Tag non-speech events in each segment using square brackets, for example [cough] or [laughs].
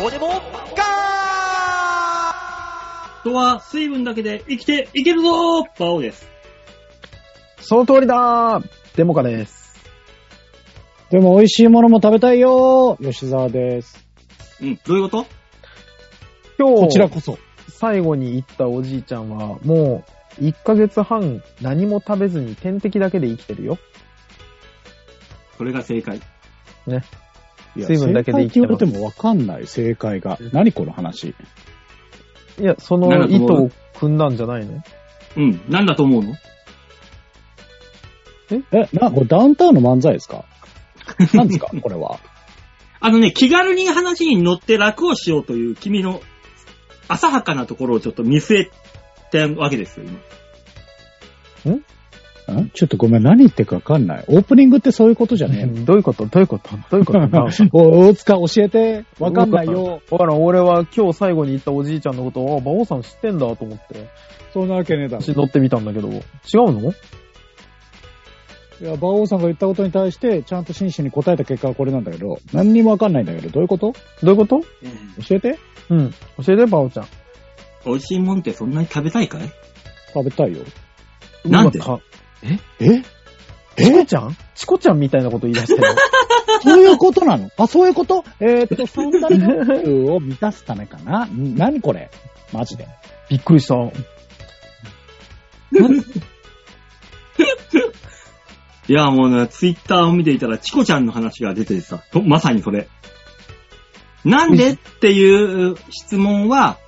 どうでもガ人は水分だけで生きていけるぞーバオです。その通りだーデモカです。でも美味しいものも食べたいよー吉沢です。うん、どういうこと今日、こちらこそ。最後に行ったおじいちゃんは、もう、1ヶ月半何も食べずに点滴だけで生きてるよ。それが正解。水分だけで生きてます正解って言われてもわかんない、正解が。何この話。いや、そなのんか意こう図を組んだんじゃないのうん、なんだと思うのえ、な、これダウンタウンの漫才です [laughs] か何ですかこれは。あのね、気軽に話に乗って楽をしようという君の浅はかなところをちょっと見据えたわけですよ、今。んちょっとごめん、何言ってるかわかんない。オープニングってそういうことじゃね [laughs] どういうことどういうことどういうことなのえ。 [laughs] お、大塚教えて。わかんないよ。だから俺は今日最後に行ったおじいちゃんのことを、あ、馬王さん知ってんだと思って、そんなわけねえだろ。私乗ってみたんだけど、違うのいや、馬王さんが言ったことに対して、ちゃんと真摯に答えた結果はこれなんだけど、何にもわかんないんだけど、どういうことどういうこと教えて。うん。教えて、馬王ちゃん。美味しいもんってそんなに食べたいかい食べたいよ。なんでうわかえチコちゃんチコちゃんみたいなこと言い出したよ。そういうことなのあ、そういうことえー、っと、三大欲求を満たすためか [laughs] な。ん何これマジで。びっくりした。いや、もうね、ツイッターを見ていたら、チコちゃんの話が出てさ、とまさにそれ。なんでっていう質問は、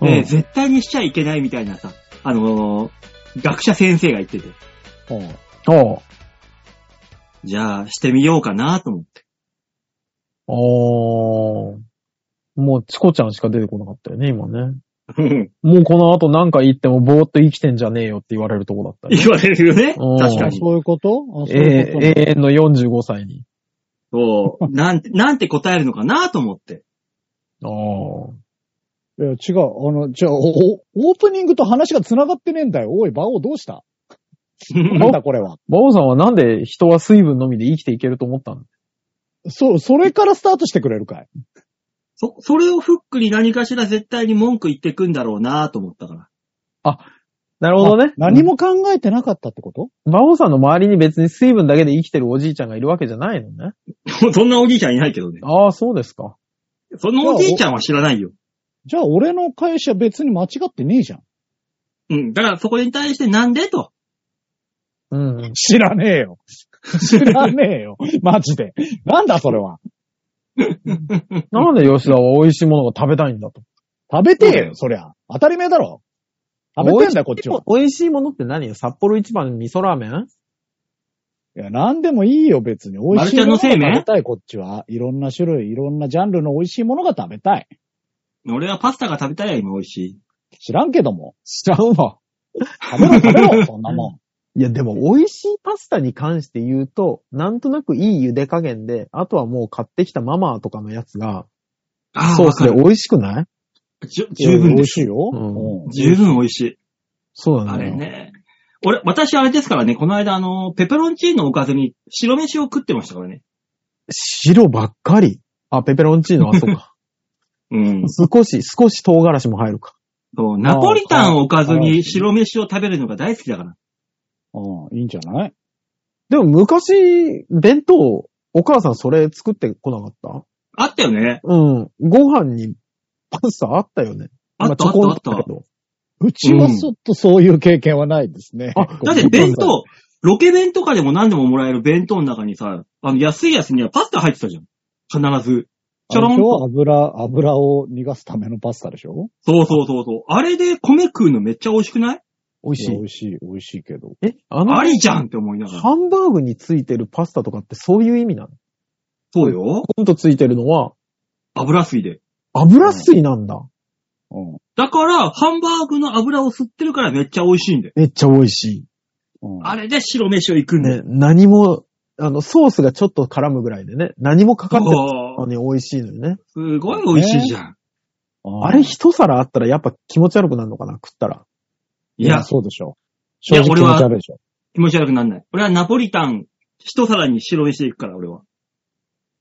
うんえー絶対にしちゃいけないみたいなさ、あのー学者先生が言ってて。うんああ。じゃあ、してみようかなと思って。ああ。もう、チコちゃんしか出てこなかったよね、今ね。もうこの後何か言ってもぼーっと生きてんじゃねえよって言われるとこだったね、言われるよね。うん確かあに。そういうことあそ [laughs] ういうことええ永遠の45歳に。そう。なんて、なんて答えるのかなと思 [laughs] って。ああ。いや、違う。あの、じゃあ、おおオープニングと話が繋がってねえんだよ。おい、馬王どうしたなんだこれは。バオさんはなんで人は水分のみで生きていけると思ったのそう、それからスタートしてくれるかいそ、それをフックに何かしら絶対に文句言ってくんだろうなと思ったから。なるほどね。何も考えてなかったってことバオさんの周りに別に水分だけで生きてるおじいちゃんがいるわけじゃないのね。 [laughs] そんなおじいちゃんいないけどね。ああ、そうですか。そのおじいちゃんは知らないよ。じゃあ、俺の会社別に間違ってねえじゃん。うん。だからそこに対してなんでと。うん。知らねえよ。 [laughs] 知らねえよ。マジで。なんだそれは。なんで吉田は美味しいものが食べたいんだと。食べてえよ、そりゃ。当たり前だろ。食べてんだよ、こっちは。美味しいものって何よ札幌一番味噌ラーメンいや、なんでもいいよ、別に。美味しいマルちゃものが食んの生命べたい、こっちは。いろんな種類、いろんなジャンルの美味しいものが食べたい。俺はパスタが食べたいよ、今美味しい。知らんけども。しちゃうわ。食べろ、食べ [laughs] ろ、そんなもいや、でも美味しいパスタに関して言うと、なんとなくいい茹で加減で、あとはもう買ってきたママとかのやつが、あソースでわか美味しくないるじゅん。十分美で味す。しいよ。ううんん。十分美味しい。そうだあれね。ね。俺、私あれですからね、この間あの、ペペロンチーノおかずに白飯を食ってましたからね。白ばっかり。あ、ペペロンチーノは [laughs] そうか。うん。少し、少し唐辛子も入るか。そう、ナポリタンをおかずに白飯を食べるのが大好きだから。うん、いいんじゃないでも昔、弁当、お母さんそれ作ってこなかったあったよね。うん。ご飯にパスタあったよね。あったまあちょこんったとあっけどうちはちょっとそういう経験はないですね。あ、た。だって弁当、ロケ弁とかでも何でももらえる弁当の中にさ、あの、安いやつにはパスタ入ってたじゃん。必ず。ちょろん今日はと。油、油を逃がすためのパスタでしょそうそうそうそう。あれで米食うのめっちゃ美味しくない美味いしやい美。味しい、美味しいけど。え、あの、ありじゃんって思いながら。ハンバーグについてるパスタとかってそういう意味なのそうよ。ポンとついてるのは油吸いで。油水なんだ。うん。だから、ハンバーグの油を吸ってるからめっちゃ美味しいんだよ。めっちゃ美味しうん、あれで白飯を行くい。んだよ。ね、何も、あの、ソースがちょっと絡むぐらいでね、何もかかってないおのーに美味しいのよね。すごい美味しいじゃん。うんあれ一皿あったらやっぱ気持ち悪くなるのかな食ったら。いいやや、、そうでしょ。い正や直気俺は持ち悪いでしょ。気持ち悪くなんない。俺はナポリタン、一皿に白飯で行くから、俺は。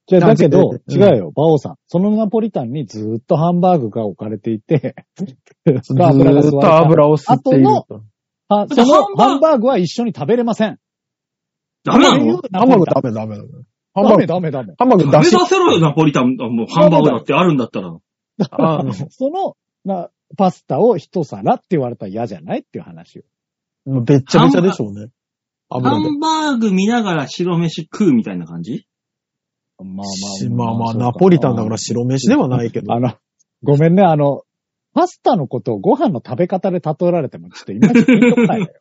じゃあ、だけど、うん違うよ、バオさん。そのナポリタンにずーっとハンバーグが置かれていて、ずーっと油を吸っている後と。あだってそのハハンンバーグは一緒に食べれません。ダメなそういのうハンバーグダメダメダメ。ハンバダーメグ、ダメダメ。ハンバー食グべ出出し、せろよ、ナポリタン、あもうハンバーグだってあるんだったら。あのその、な、パスタを一皿って言われたら嫌じゃないっていう話よ。もうべっちゃべちゃでしょうね。ハ油で。ンバーグ見ながら白飯食うみたいな感じまあましまあまあ、ナポリタンだから白飯ではないけどあ。の、ごめんね、あの、パスタのことをご飯の食べ方で例えられても、ちょっと今ちピンとこない [laughs] のよ。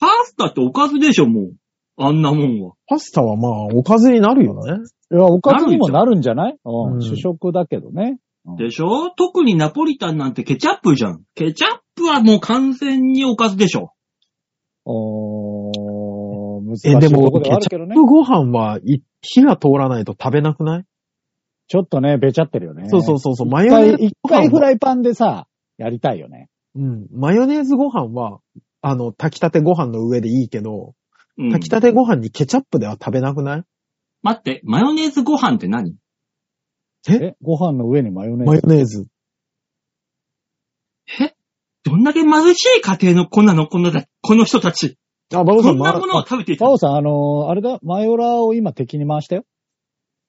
パスタっておかずでしょ、もう。あんなもんは。パスタはまあ、おかずになるよね。いや、おかずにもなるんじゃないうんうん主食だけどね。でしょ特にナポリタンなんてケチャップじゃん。ケチャップはもう完全におかずでしょ。おー、難しえ、でいとも、こではあケるチけャどッねプ。ご飯は、い火が通らないと食べなくないちょっとね、べちゃってるよね。そうそうそうそう、マ一ヨネ回、ーズ一ご回飯フは、ライパンでさ、やりたいよね。うん、マヨネーズご飯は、あの、炊きたてご飯の上でいいけど、うん、炊きたてご飯にケチャップでは食べなくない待って、マヨネーズご飯って何え、ご飯の上にマヨネマーヨズ。ネーズ。えどんだけ貧しい家庭の子なのこのだ、この人たち。あ、バオさこん、んまなものを食べていたパオさん、あのーあれだ、マヨラーを今敵に回したよ。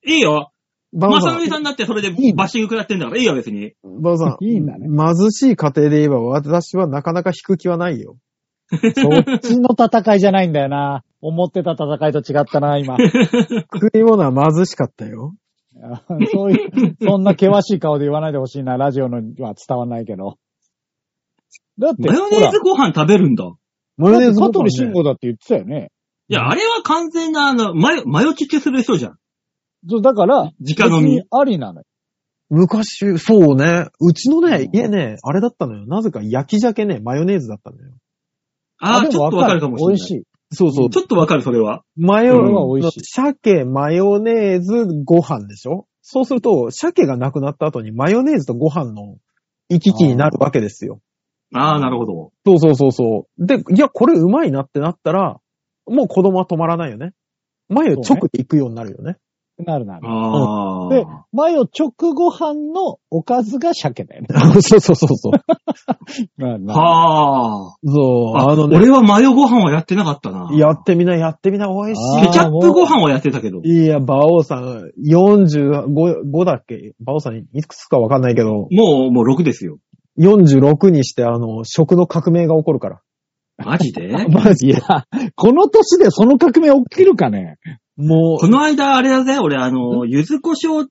いいよ。バオまささのんり、さんだってそれでいいのバッシング食らってんだから、いいよ別に。バオさん、いいんだね。貧しい家庭で言えば、私はなかなか引く気はないよ。そっちの戦いじゃないんだよな。思ってた戦いと違ったな、今。 [laughs] 食い物は貧しかったよ。あそういう、そんな険しい顔で言わないでほしいな、ラジオのには伝わんないけど。だって、マヨネーズご飯食べるんだ。マほヨら、ネだーってズ香ご飯、取ね慎。吾だって言ってたよね。いや、あれは完全な、あの、マヨ、マヨチケする人じゃん。そう、だから、直飲み別に。ありなのよ。昔、そうね。うちのねう、ん家ね、あれだったのよ。なぜか焼き鮭ね、マヨネーズだったのよ。ああ、でちょっとわかるかもしれない。美味しい。そうそう。ちょっとわかる、それは。マこれはヨ、美味しい鮭、マヨネーズ、ご飯でしょそうすると、鮭がなくなった後にマヨネーズとご飯の行き来になるわけですよ。ああ、なるほど。そうそうそうそう。で、いや、これうまいなってなったら、もう子供は止まらないよね。マヨ直で行くようになるよね。なるなる。あであ。、マヨ直ご飯のおかずが鮭だよね。そうそうそうそう。なるなるはあ。そう、あ [laughs] あのの、ね、俺はマヨご飯はやってなかったな。やってみな、やってみな、美味しあいー。ケチャップご飯はやってたけど。いや、馬王さん、45、5だっけ馬王さん、いくつかわかんないけど、もう、もう6ですよ。 46にして、あの、食の革命が起こるから。マジでマジいや、この年でその革命起きるかねも [laughs] この間、あれだぜ、俺、あの、柚子胡椒、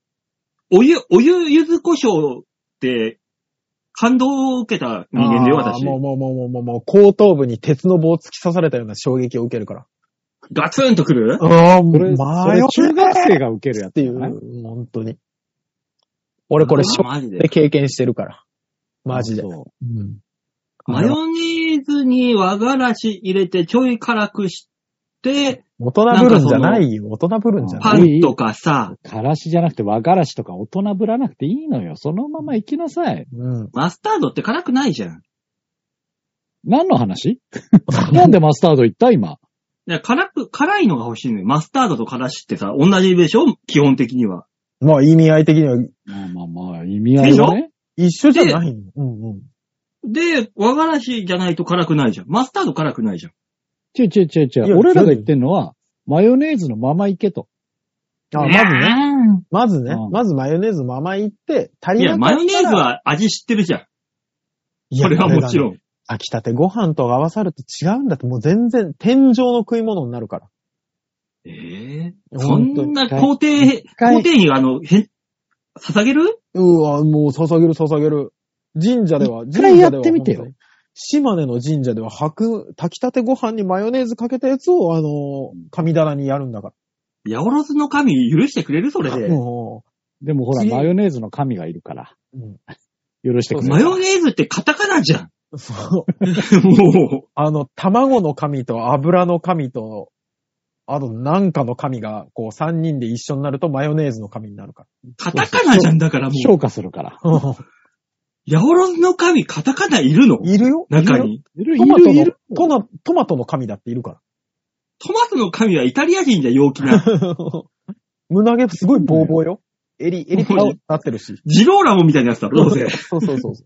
お湯、お湯柚子胡椒って、感動を受けたう、人間だよ、あー私。もうもうもうもうもうもう、後頭部に鉄の棒を突き刺されたような衝撃を受けるから。ガツンとくるああ、もそれ、そマれヨ中学生が受けるやっつてだいようね。、本当に。俺これ、ショマジックでで。経験してるから。マジで。そううんマヨネーズに和がらし入れてちょい辛くして、大人ぶるんじゃないよ。大人ぶるんじゃパない。ンとかさ、からしじゃなくて和からしとか大人ぶらなくていいのよ。そのまま行きなさい。うん。マスタードって辛くないじゃん。何の話なんでマスタード行った今。いや辛く、辛いのが欲しいのよ。マスタードとからしってさ、同じでしょ基本的には。まあ、意味合い的にはまあまあまあ、意味合いはね。一緒じゃないの。うんうん。で、和がらしじゃないと辛くないじゃん。マスタード辛くないじゃん。ちょちょちょちょいや。俺らが言ってんのは、マヨネーズのまま行けと。あ、まずね。ね。まずね、うんまずマヨネーズままいって、足いりなや、かっマたらヨネーズ、は味知ってるじゃん。いやそれはもちろ。ん。炊きたてご飯と合わさると違うんだって、もう全然天井の食い物になるから。ええそ本当にんな工程、回工程にあの、へ、捧げるうわ、もう捧げる捧げる。神社では、一回神社ではやってみてよ本当に。島根の神社では白、炊きたてご飯にマヨネーズかけたやつを、あの、神棚にやるんだか八百万の神許してくれるそれら。で。もでもほら、次マヨネーズの神がいるから。う、うん許してくれマヨネーズってカタカナじゃん。 [laughs] そう。もあの、卵の神と油の神と、あとなんかの神が、こう、三人で一緒になるとマヨネーズの神になるから。う、カタカナじゃんだからもう。評価するから。 [laughs] 八百万の神カタカナいるのいるよ中に。いるトマトいのるトナトマトの神だっているかトマトの神はイタリア人じゃ陽気な。ら。 [laughs] 胸毛すごいボーボーよ。襟、襟パウなってるし。ジローラモみたいなやつだろ、どう [laughs] せ。そうそうそうそ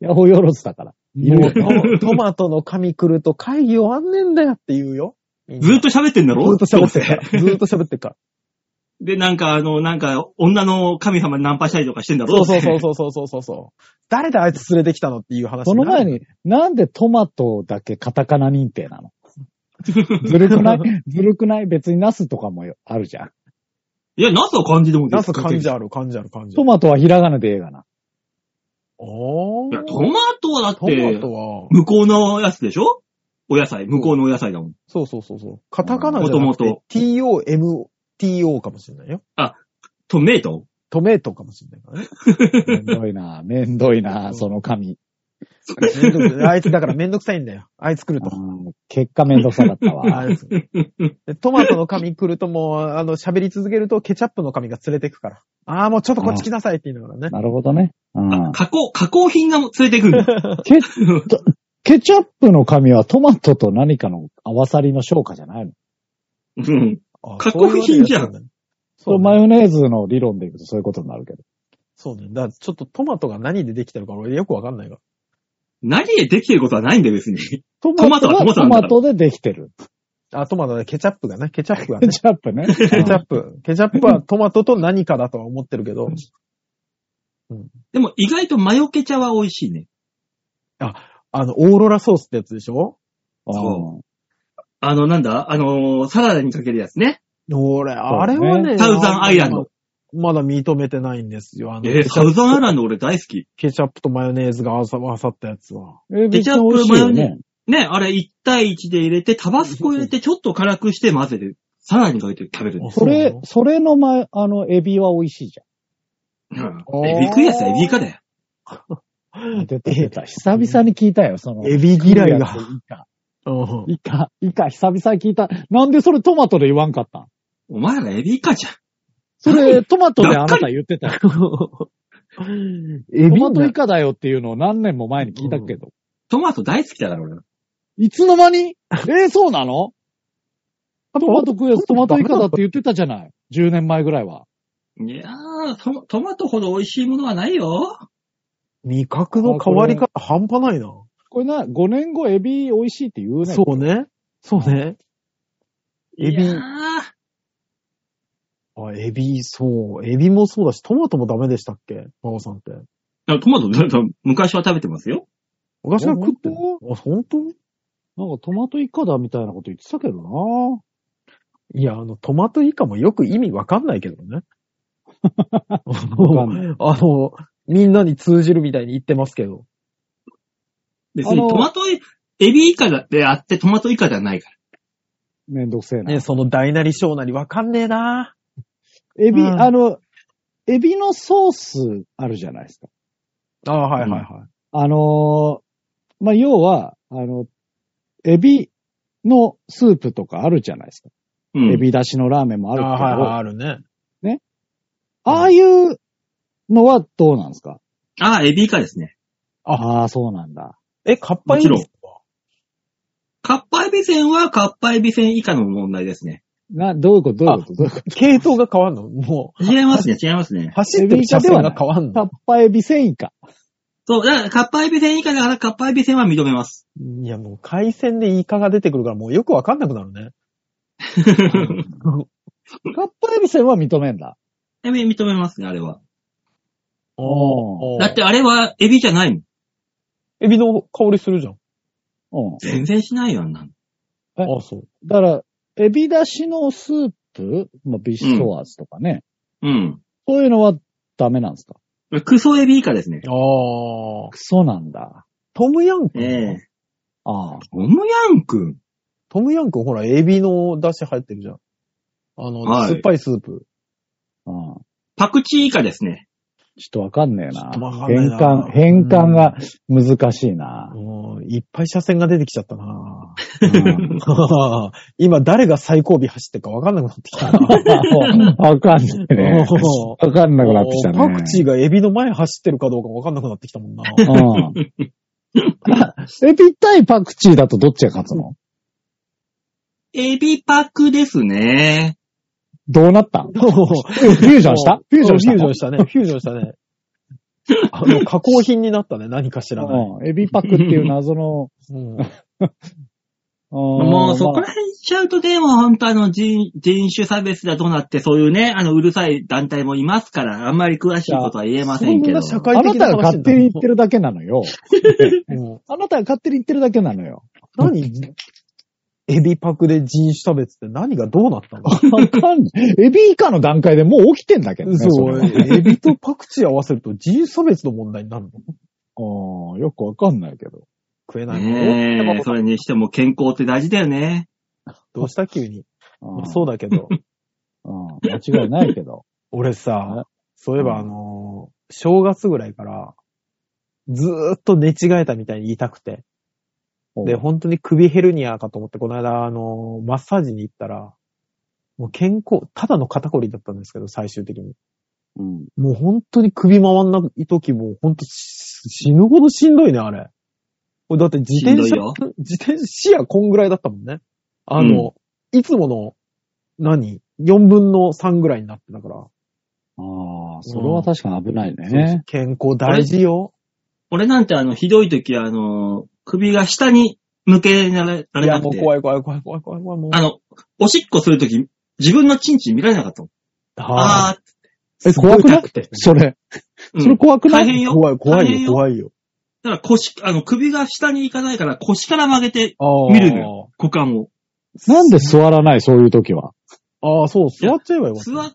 ヤホーヨロズだから。う。いろいもろう [laughs] トマトマトの髪来ると会議終わんねんだよって言うよ。ずずーっと喋ってんだろずーっと喋ってるどかうせら。ずーっと喋ってるから。で、なんか、あの、なんか、女の神様にナンパしたりとかしてんだろそうそう [laughs] どそうせうそうそうそうそう誰であいつ連れてきたのっていう話。その前。に、なんでトマトだけカタカナ認定なのずるくないずるくない別にナスとかもよあるじゃん。 [laughs] いや、ナスは漢字でもなす感じゃある、感じある、感じあトる。マトはひらがなでええがな。おいーや、トマトはだっトマてト、は、向こうのやつでしょお野菜、向こうのお野菜だもん。そうそうそうそう。カタカナじゃなもくともて、t-o-m-t-o かもしれないよ。トメイトトメイトかもしれないからね。め [laughs] んどいな、めんどいな、その紙。めんどくさいあいつだからめんどくさいんだよ。あいつ来るあと。ー結果めんどくさかったわ。あい [laughs] つでトマトの髪来るともう、あの、喋り続けるとケチャップの髪が連れてくから。ああ、もうちょっとこっち来なさいって言いながらね。なるほどね。うんあ加工、加工品が連れてくるんだ。ケケチャップの紙はトマトと何かの合わさりの消化じゃないのうん。あかっこいいじゃんそういうわけだっただねそそううねマヨネーズの理論でいくとそういうことになるけど。そうね。だからちょっとトマトが何でできてるか俺よくわかんないが。 [laughs] 何でできてることはないんだよ、別に。トマトはトトマトなんだからマトでできてる。あ、トマトね、ケチャップがね、ケチャップがケ [laughs] ね。チャップね。ケチャップ。ケチャップはトマトと何かだとは思ってるけど。でも意外とマヨケチャは美味しいね。あの、オーロラソースってやつでしょそあの、なんだあのーサラダにかけるやつね。俺、あれはね。サウザンアイランド。まだ認めてないんですよ。あの、えーケチサャッウプザンアイランド俺大好き。ケチャップとマヨネーズが合わさったやつは。うん。え、ケチケチャャッッププママヨヨネーね。ね、あれ1対1で入れて、タバスコ入れて、ちょっと辛くして混ぜて、サラダにかけて食べるんです。そそうなれの、それの前、あの、エビは美味しいじうんエビ食いやつはエビイカだよ。ゃん。出た出た。久々に聞いたよ、その。エビ嫌いイが。カ。うんイカ、イカ、久々に聞いた。なんでそれトマトで言わんかったんお前らエビイカじゃん。それ、トマトであなた言ってたよ。エビトマトイがカだよっていうのを何年も前に聞いたけど。トマト大好きだから俺。いつの間にえー、そうなのトマト食うやつトマトイカだって言ってたじゃない。10年前ぐらいは。いやート、トマトほど美味しいものはないよ。味覚の変わり方半端ないな。これな、5年後エビ美味しいって言うね。そうね。そうね。エビいやーあ、エビ、そう。エビもそうだし、トマトもダメでしたっけ馬オさんって。あトマト、 [laughs] だだ昔は食べてますよ。昔から食ってあ本あ、本当なんかトマトイカだみたいなこと言ってたけどないや、あの、トマトイカもよく意味わかんないけどね。あわかん [laughs] ないの、みんなに通じるみたいに言ってますけど。別あにのトマトイ、エビイカだってあってトマトイカではないから。めんどくせえな。ね、その大なり小なりわかんねえなエビ、うんあの、エビのソースあるじゃないですか。あはいはいはいはあのーまあ、要は、あの、エビのスープとかあるじゃないですか。うんエビ出しのラーメンもあい。るけど、あ,、あるね。あいうのはどうなんですかああ、エビイカですね。ああー、そうなんだ。え、カッパイもビちカッパエビせんはカッパエビせん以下の問題ですね。な、どういうことどういうことどういうこと系統が変わんのもう、違いますね、違いますね。走ってる車線が変わんタのッパエビセイカ。そう、だからカッパエビせん以下だからカッパエビせんは認めます。いや、もう海鮮でイカが出てくるからもうよくわかんなくなる [laughs] ね。カッパエビセンは認めんだ。エビ認めますね、あれは。おおだってあれはエビじゃないもん。エビの香りするじゃん。うん。全然しないよ、あんなの。えあ、そう。だから、エビ出しのスープ、まあ、ビシソワーズとかね、うん。そういうのはダメなんですかクソエビ以下ですね。ああ。クソなんだ。トムヤンクンええああ。トムヤンくん。トムヤンクンほら、エビの出汁入ってるじゃん。あの、はい酸っぱいスープ。うん。パクチー以下ですね。ちょっとわかんねえちょなっとわ。かんねえ変な換、変換が難しいな。もう、いっぱい車線が出てきちゃった [laughs] なうん今、誰が最後尾走ってるかわかんなくなってき [laughs] たなわかんねえね。もうわかんなくなってきたね。パクチーがエビの前走ってるかどうかわかんなくなってきたもんな。うん。エビ対パクチーだとどっちが勝つのエビパクですね。どうなったフュフュージョンしたフュージョンしたフュージョンしたね。 [laughs] フュージョンしたね。あの、加工品になったね。何か知らない。うんエビパックっていう謎の、うんももうそこら辺しちゃうとね、もう本当あの人人種差別だどうなって、そういうね、あのうるさい団体もいますから、あんまり詳しいことは言えませんけど。そんな社会あな的たがな話勝にな手るに言ってるだけなのよ。うん [laughs] あなたが勝手に言ってるだけなのよ。何エビパクで人種差別って何がどうなったのわかんない。エビ以下の段階でもう起きてんだけどね。それう、はエビとパクチー合わせると人種差別の問題になるのああ、よくわかんないけど。食えないもねえ、のそれにしても健康って大事だよね。どうした急に。まあうそうだけど、ん。間違いないけど。俺ねさ、そういえうんばあのー正月ぐらいから、ずーっと寝違えたみたいに痛くて。で、うん本当に首ヘルニアかと思って、この間、あのーマッサージに行ったら、もう健康、ただの肩こりだったんですけど、最終的に。うん。もう本当に首回んない時も、本当し死ぬほどしんどいね、あれ。俺だって自転しんど車いよ、自転車視野こんぐらいだったもんね。あの、いつもの、何 ?4 分の3ぐらいになってたから。ああ、それは確かに危ないね。健康大事よ。俺なんてあの、ひどい時はあの、首が下に向けられらいれなや、くもうて、怖い怖い怖い怖い怖い怖い。もうあの、おしっこする時、自分のチンチン見られなかったもん。ああーえ、怖くない痛くて。それ。うんそれ怖くない大変よ。怖い怖大い変よ、よ怖いよ。だから腰、あの、首が下に行かないから腰から曲げて、ああ見るのよ。股間を。なんで座らないそういう時は。ああ、そう、座っちゃえばよかった。座、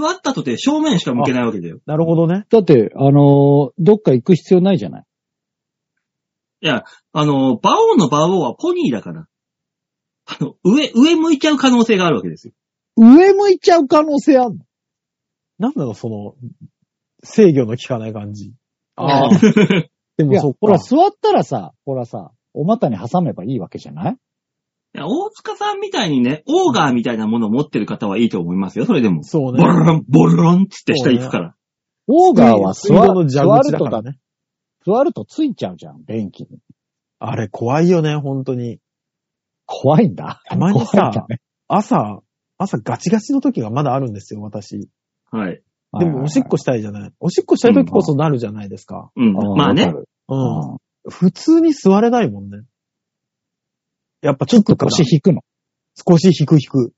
座ったとて正面しか向けないわけだよ。なるほどね。だって、あのーどっか行く必要ないじゃない。あの、馬王の馬王はポニーだから。あの、上、上向いちゃう可能性があるわけですよ。上向いちゃう可能性あるのなんなの、その、制御の効かない感じ。ああ。で [laughs] いもや、そっほら、座ったらさ、ほらさ、お股に挟めばいいわけじゃないいや大塚さんみたいにね、オーガーみたいなものを持ってる方はいいと思いますよ、それでも。そうねボ。ロロン、ボロロンっつって下行くから。オーガーは水座道るの座蛇口るだとからだ、ね。座るとついちゃうじゃん、便器に。あれ怖いよね、本当に。怖いんだ。たまにさ怖いんだね朝、朝ガチガチの時がまだあるんですよ、私。はい。でもおしっこしたいじゃない。おしっこしたい時こそなるじゃないですか。うん。うんまあ。わねか。るうん。普通に座れないもんね。やっぱちょっと腰腰、引くの。少し引く引く。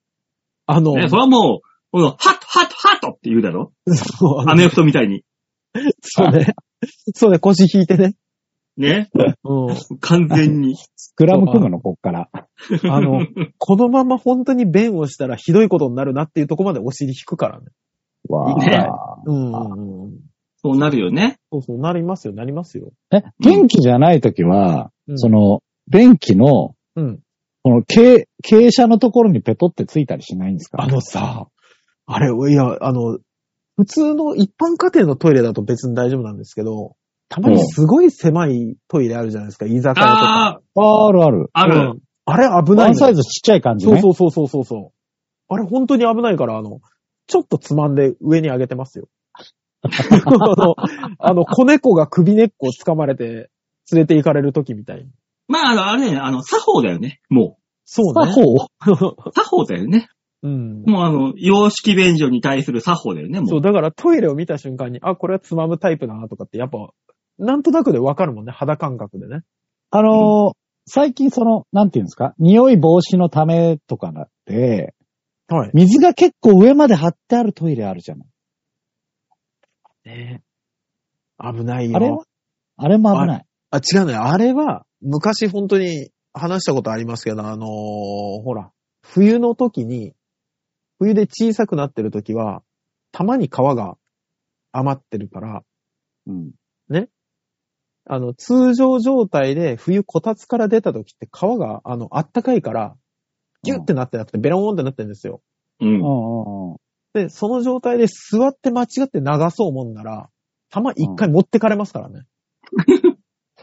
あの、ね、それはもう、この、ハット、ハット、ハットって言うだろそうアメフトみたいに。そうね。そうね、腰引いてね。ね。 [laughs] うん。完全に。スクラム組むの、こっから。あの、このまま本当に便をしたらひどいことになるなっていうところまでお尻引くからね。わいいねあ。うんうんうん。そうなるよね。そうそう、なりますよ、なりますよ。え、元気じゃない時は、うんその、便器の、うん。この、傾傾斜のところにペトってついたりしないんですかあのさ、あれ、いや、あの、普通の一般家庭のトイレだと別に大丈夫なんですけど、たまにすごい狭いトイレあるじゃないですか、居酒あ屋とか。あ、あるある。あうる。んあれ危なワいンのサイズちっちゃい感じそうね。そうそうそうそうそう。あれ本当に危ないから、あの、ちょっとつまんで上に上げてますよ。 [laughs] あの、あの、子猫が首根っこを掴まれて連れて行かれる時みたいに。まあ、あの、あれね、あの、作法だよね。もそうあ、ね。ほう。う。作法だよね。うん。もうあの、洋式便所に対する作法だよね、もそうう、。だからトイレを見た瞬間に、あ、これはつまむタイプだなとかって、やっぱ、なんとなくでわかるもんね、肌感覚でね。あのー最近その、なんていうんですか匂い防止のためとかなって、はい。水が結構上まで張ってあるトイレあるじゃない。ね危ないよ。あれはあれも危ない。あ、違うのよ。あれは、昔本当に話したことありますけど、あのーほら、冬の時に、冬で小さくなってる時は、たまに皮が余ってるから、うん。あの、通常状態で冬こたつから出た時って皮が、あの、あったかいから、ギュってなってなくて、ベローンってなってるんですよ。うんう。んうんうん。で、その状態で座って間違って流そうもんなら、玉一回持ってかれますから [laughs] ね。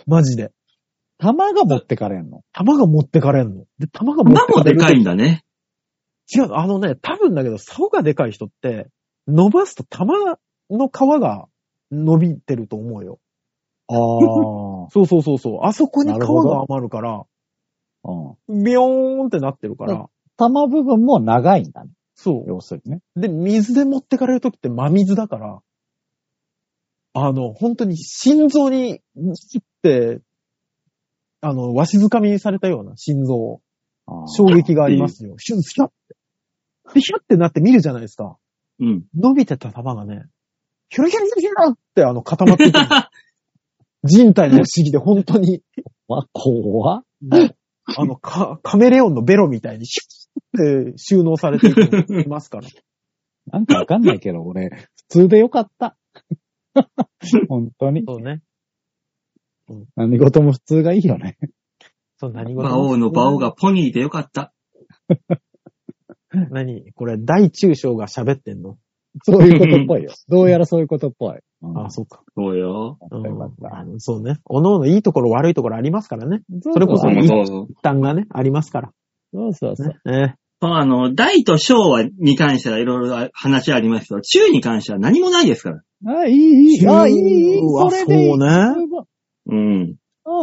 マジで。玉が持ってかれんの。玉が持ってかれんの。で、玉が持って馬かもれでる時かいんだね。違う、あのね、多分だけど、竿がでかい人って、伸ばすと玉の皮が伸びてると思うよ。あ [laughs] あ。そうそうそうそう。あそこに皮なるほどが余るから、うん。ビヨーンってなってるから、玉部分も長いんだね。そう。要するにね。で、水で持ってかれるときって真水だから、あの、本当に心臓に、切って、あの、わしづかみにされたような心臓を、あー衝撃がありますよ。シュン、ヒャッて。で、ヒャッてなって見るじゃないですか。うん。伸びてた玉がね、ヒュルヒュルヒュルヒュルってあの固まってい [laughs] くの。人体の不思議で本当に、わ、怖っあの、カカメレオンのベロみたいにシュッって収納されていくのいますから。なんかわかんないけど、俺、普通でよか [laughs] った。本当 [laughs] に。そうね。何事も普通がいいよね。そう、何事馬王の馬王がポニーでよかった。何これ、大中小が喋ってんのそういうことっぽいよ。どうやらそういうことっぽい。うんあ、そうか。そうよ。よかったよかっうんあた。のそうね。おのおのいいところ悪いところありますからね。そそれこそういそうそう。負担がね、ありますから。そうそうそう。ね。そう、あの、大と小は、に関してはいろいろ話ありますけど、中に関しては何もないですから。あ、いい、いい、あ、いい、いい、うそわれでいい。そうね。十分うん。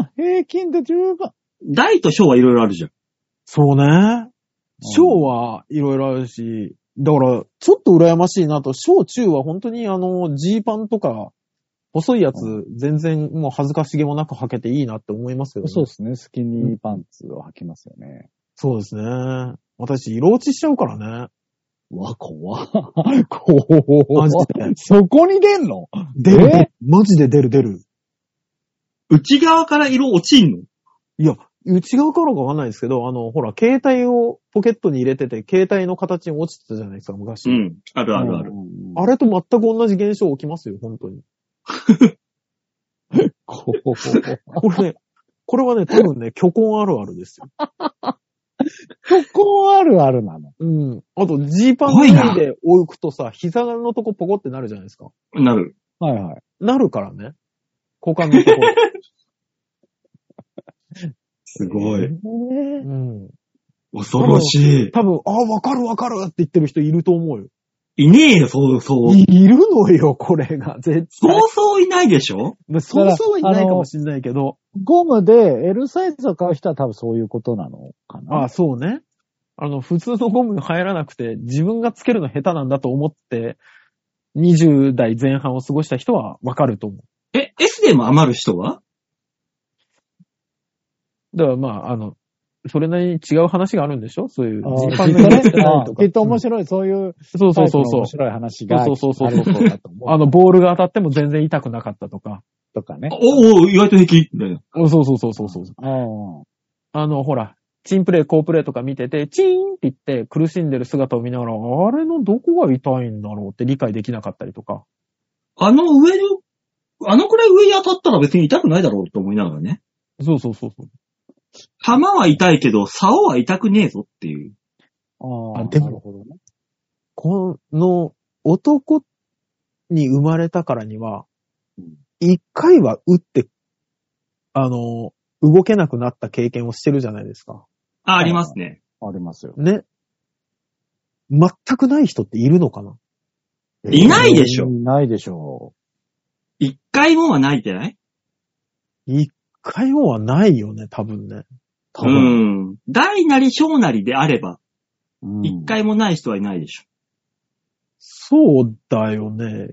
あ、平均で十分。大と小はいろいろあるじゃん。そうね。小はいろいろあるし、だから、ちょっと羨ましいなと、小中は本当にあの、ジーパンとか、細いやつ、全然もう恥ずかしげもなく履けていいなって思いますよね。そうですね。スキニーパンツを履きますよね。そうですね。私、色落ちしちゃうからね。うわ、怖っ。怖マっジで。そこに出んの出る出る。マジで出る出る。内側から色落ちんの内側からかわかんないですけど、あの、ほら、携帯をポケットに入れてて、携帯の形に落ちてたじゃないですか、昔。うん。あるあるある。うんうんうんあれと全く同じ現象起きますよ、本当に。こうこれね、これはね、多分ね、虚婚あるあるですよ。そこあるあるなの。うん。あと、ジーパンすごいな脱いで置くとさ、膝のとこポコってなるじゃないですか。なる。はいはい。なるからね。股間のとこ。すねうん。恐ろし多分、ああ、わかるわかるって言ってる人いると思うよ。い。いねえよ、そうそう。いるのよ、これが。絶そうそういないでしょ対。そうそういないかもしんないけど。ゴムで L サイズを買う人は多分そういうことなのかな。ああ、そうね。あの、普通のゴムが入らなくて、自分がつけるの下手なんだと思って、20代前半を過ごした人はわかると思え、S でも余る人はう。だからまあ、あの、それなりに違う話があるんでしょそういう、あージきーパっとンの色ねして [laughs] ないとか。きっと面白白い、そういう、い。そうそうそうそう面。白い話が。そうそうそうそうあるだと思あの、ボールが当たっても全然痛くなかったとか。とかね。おお、意外と平気みたいな。そうそうそうそうそう。うん。あの、ほら、チンプレイ、コープレイとか見てて、チーンって言って苦しんでる姿を見ながら、あれのどこが痛いんだろうって理解できなかったりとか。あの上の、あのくらい上に当たったら別に痛くないだろうと思いながらね。そうそうそうそう。浜は痛いけど、竿は痛くねえぞっていう。あああ、でもなるほどね。この男に生まれたからにはうん、一回は打って、あの、動けなくなった経験をしてるじゃないですか。あ、ありますね。ありますよ。ね。全くない人っているのかないないでしょいないでしょ。一回もはないじゃない一回もはないよね、多分ね。多う分。ん。大なり小なりであれば、うん一。回もない人はいないでしょ。そうだよね。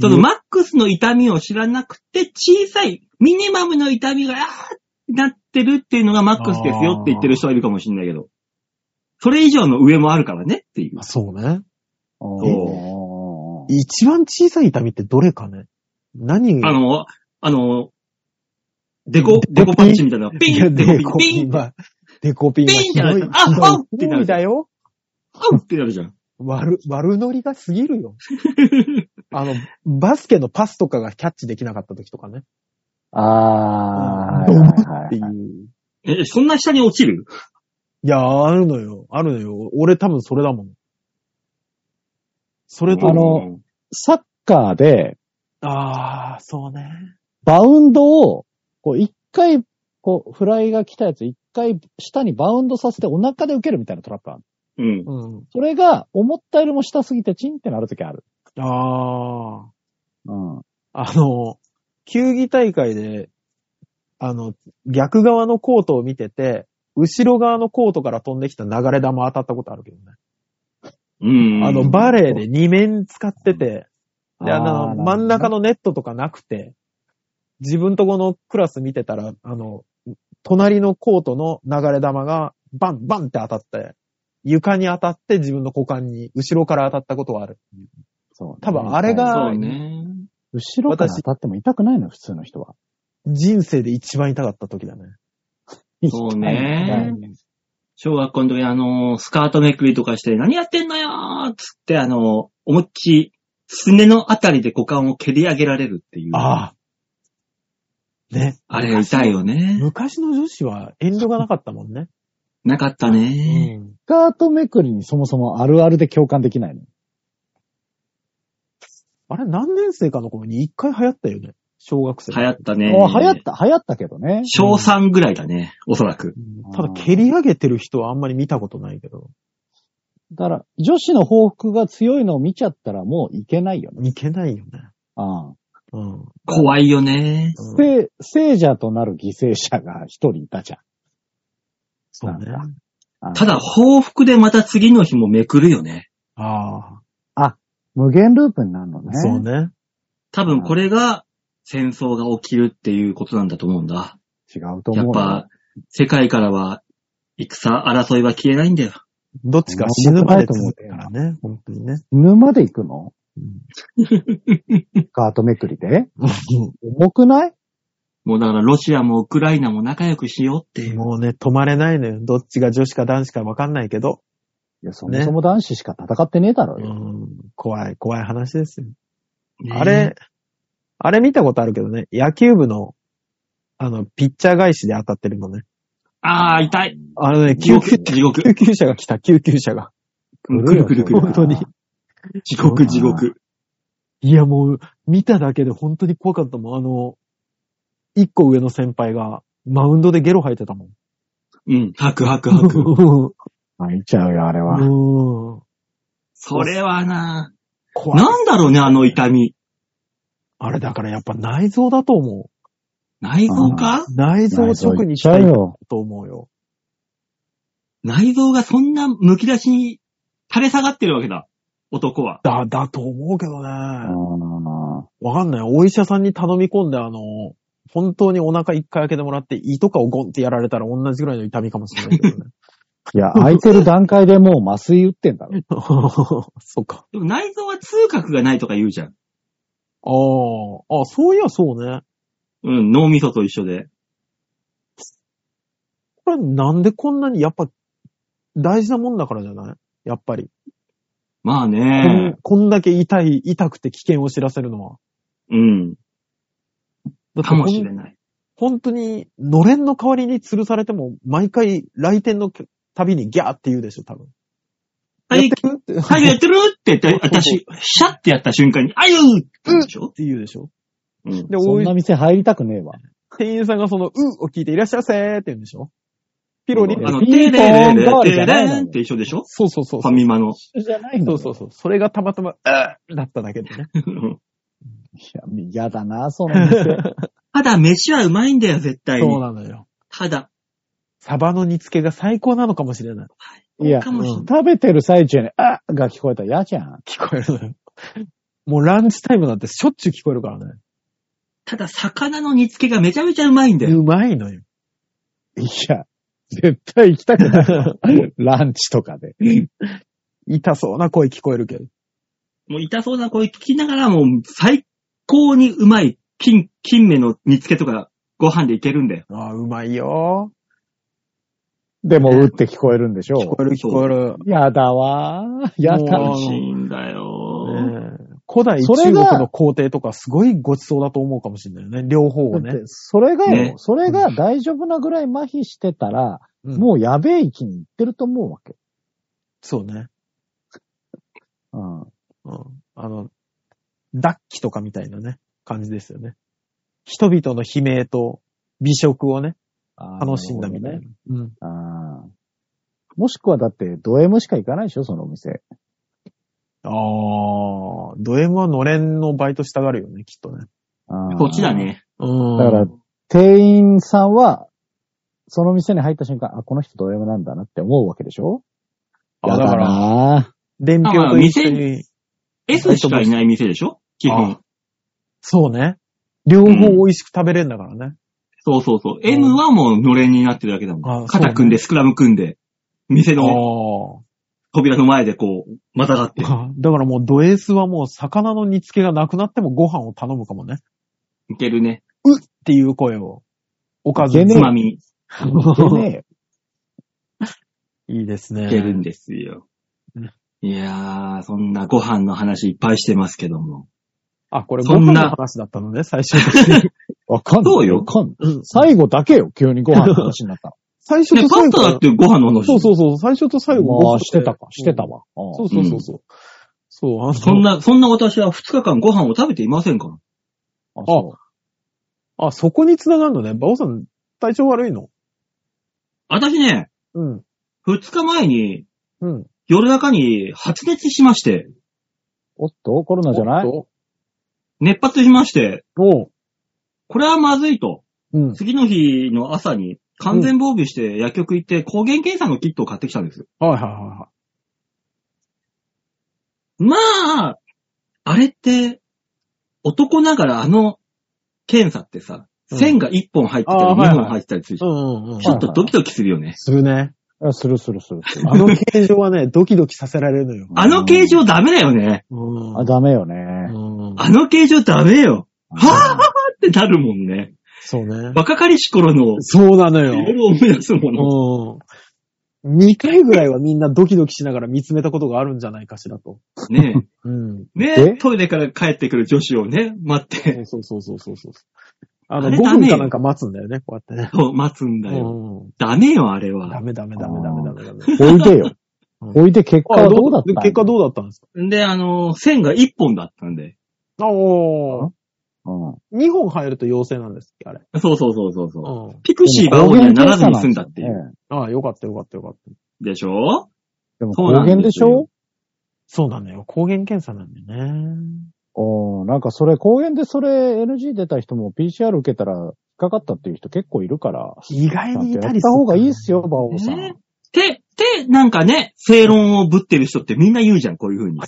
そのマックスの痛みを知らなくて、小さい、ミニマムの痛みが、あーなってるっていうのがマックスですよって言ってる人はいるかもしれないけど。それ以上の上もあるからねっていうまあ。そうね。おー一番小さい痛みってどれかね何あの、あの、デコ、デコパッチみたいな、いピやン、デコデピン、コピピンン、は、デコピンはピンじゃないですかひどああひどいだよ。あってなるじゃん。悪、悪ノリが過ぎるよ。 [laughs] あの、バスケのパスとかがキャッチできなかった時とかね。ああ、うんはいはっいはていいう。え、そんな下に落ちるいやー、あるのよ。あるのよ。俺多分それだもん。それと、あの、サッカーで、あー、そうね。バウンドを、こう、一回、こう、フライが来たやつ、一回、下にバウンドさせてお腹で受けるみたいなトラップある。うん。うん。それが、思ったよりも下すぎてチンってなるときある。あー。うん。あの、球技大会で、あの、逆側のコートを見てて、後ろ側のコートから飛んできた流れ弾当たったことあるけどね。うん。あの、バレーで2面使ってて、で、ああーなるほの、どね真ん中のネットとかなくて、自分とこのクラス見てたら、あの、隣のコートの流れ玉がバンバンって当たって、床に当たって自分の股間に後ろから当たったことがある。そう。多分あれがそうね。後ろから当たっても痛くないの、普通の人は。人生で一番痛かった時だね。そうね。小学校の時、あの、スカートめくりとかして、何やってんのよーっつって、あの、思いっきり、すねのあたりで股間を蹴り上げられるっていう。ああ。ね。あれ痛いよね。昔の女子は遠慮がなかったもんね。なかったね。スカートめくりにそもそもあるあるで共感できないの。あれ、何年生かの頃に一回流行ったよね。小学生。流行ったね。あ流行った、流行ったけどね。小3ぐらいだね、おそらく。ただ、蹴り上げてる人はあんまり見たことないけど、だから、女子の報復が強いのを見ちゃったらもういけないよね。いけないよね。ああうん。うん怖いよね。せ聖者となる犠牲者が一人いたじそうね。ゃん。ただ、報復でまた次の日もめくるよね。あ無限ループになるのねあ。。そうね。多分これが戦争が起きるっていうことなんだと思うんだ。違うとや思っうよ。ぱ、世界からは、戦、争いは消えないんだよ。どっちか死ぬまで続くからね。本当にね。犬まで行くのうんスカートめくりで重くないもうだからロシアもウクライナも仲良くしようっていう。 [laughs] もうね、止まれないのよ。どっちが女子か男子かわかんないけど。いや、そもそも男子しか戦ってねえだろううよ。ん。怖い、怖い話ですよ。ねあれ、あれ見たことあるけどね。野球部の、あの、ピッチャー返しで当たってるもんね。ああ、痛い。あのね、地救獄、急、 [laughs] 地獄。救急車が来た、救急車が。くるくるくる。本当に。 [laughs] 地獄、地獄。いや、もう、見ただけで本当に怖かったもん。あの、一個上の先輩が、マウンドでゲロ吐いて [laughs] たもん。うん。吐く吐く吐く。[laughs] 泣いちゃうよ、あれは。うん。それはな、怖い。なんだろうね、あの痛み。あれだからやっぱ内臓だと思内臓かう。内臓を直にしたいと思うよ。内臓がそんな剥き出しに垂れ下がってるわけだ。男は。だ、だと思うけどね。あわーかんない。お医者さんに頼み込んで、あの、本当にお腹一回開けてもらって、胃とかをゴンってやられたら同じぐらいの痛みかもしれないけどね。い [laughs] や、空いてる段階でもう麻酔打ってんだ [laughs] ろ。そうか。でも内臓は痛覚がないとか言うじゃん。ああ、あそういやそうね。うん、脳みそと一緒で。これなんでこんなに、やっぱ、大事なもんだからじゃないやっぱり、まあこんね。。こんだけ痛い、痛くて危険を知らせるのは。うん。だってかもしれほんない。本当に、のれんの代わりに吊るされても、毎回来店のたびにギャーって言うでしょ、多分。はい、やってるって、はい、やってるって言って、私、シャってやった瞬間に、あゆーって言うでしょ、って言うでしょ。うん、で、そおんいな店入りたくねえわ。店員さんがその、うを聞いていらっしゃいませーって言うんでしょ。ピロリあン。の、ピテンポーレンレレレ代わりじレゃないのレンって一緒でしょそうそうそうフそァう。ミマの。じゃないそうそうそう。それがたまたま、あーだっただけでね。う。いや、嫌だな、そ [laughs] の店。ただ、飯はうまいんだよ、絶対そうに。なのよ。ただ、サバの煮付けが最高なのかもしれない。いや、かもしれない。食べてる最中に、あが聞こえたら嫌じゃん。聞こえるのよ。もうランチタイムなんてしょっちゅう聞こえるからね。ただ、魚の煮付けがめちゃめちゃうまいんだよ。うまいのよ。いや、絶対行きたく [laughs] ない。ランチとかで。痛そうな声聞こえるけど。もう痛そうな声聞きながら、もう最高にうまい金、金目の煮付けとか、ご飯でいけるんだよ。ああ、うまいよ。でも、うって聞こえるんでし聞ょこえる聞こえる。う。やだわー。やもだう美な。味しいんだよ。ねえ古代中国の皇帝とかすごいごちそうだと思うかもしれないよね。両方をだっねて。それがよ、ねそれが大丈夫なぐらい麻痺してたら、うん、もうやべえ域に行ってると思うわけ。そうね。うん。うん。あの、脱気とかみたいなね、感じですよね。人々の悲鳴と美食をね、楽しんだみたいな。ね。うん。あーもしくはだって、ド M しか行かないでしょ、そのお店。ああ、ド M はのれんのバイトしたがるよね、きっとね。あーこっちだ。ね。うん。だから、店員さんは、その店に入った瞬間、あ、この人ド M なんだなって思うわけでしょあ、だから、な伝票と一緒に。 S しかいない店でしょ基あ本。そうね。両方美味しく食べれるんだからね。そうそうそう。M はもうのれんになってるだけだもあん。肩組んで、スクラム組んで、店あの扉の前でこう、またがって。あ。だからもうド S はもう魚の煮付けがなくなってもご飯を頼むかもね。いけるね。っていう声を。おかずいけにねつま [laughs] み、で [laughs] ね、いいですね。いけるんですようん。いやー、そんなご飯の話いっぱいしてますけども。あ、これごそん飯なの話だったのね、 [laughs] 最初に。わかんない。そうよわかんない。うん最後だけよ、急にご飯の話にな [laughs] った最初ねと、パス最後タだってご飯の話。そうそうそう、最初と最の。後ご飯まあ、してたか、してた。わ。ああそうそうそうそう。そう、あの、そんな、そんな私は2日間ご飯を食べていませんから。あそあ、そこに繋がるのね。バオさん、体調悪いの私ね、うん。 2日前にうん。夜中に発熱しまして、うおっと、コロナじゃないおっ熱発しまして、とおう。これはまずいと。うん。次の日の朝に完全防備して薬局行って抗原検査のキットを買ってきたんです。はいはいはいはまあ、あれって、男ながらあの検査ってさ、うん線が1本入ってたりあー2はいはい本入ってたりするい。うし、んうんうんち。ょっとドキドキするよね。するね。あするするする。あの形状はね、 [laughs] ドキドキさせられるのよ。あの形状ダメだよね。うん。あ、ダメよね。うん。あの形状ダメよ。 [laughs] はぁってなるもんね。そうね。若かりし頃の、そうなのいろいよ。ろ思い出すもの。うん。2回ぐらいはみんなドキドキしながら見つめたことがあるんじゃないかしらと。ねうん。え。ねえ、えトイレから帰ってくる女子をね、待って、そうそうそうそうそう。あの、あ5れダメ分よかなんか待つんだよね、こうやってね。そう待つんだよ。うん。ダメよ、あれダは。メダメダメダメダメダメ。おいで [laughs] よ。おいで結果あはどうだった結果うどうだったんですかで、あの、線が1本だったんで。あおうん。 2本入ると陽性なんですっけあれ。そうそうそうそうそう。うん。ピクシーバオにはならずに済んだっていえう。えああ、よかったよかったよかった。でしょでもそうな抗んですよ原でしょそうなのよ。抗原検査なんだよね。おーなんかそれ、抗原でそれ NG 出た人も PCR 受けたら引っかかったっていう人結構いるから。意外にいやたっりた方がいいっすよ、馬王さん。ねて、て、なんかね、正論をぶってる人ってみんな言うじゃん、こういう風に。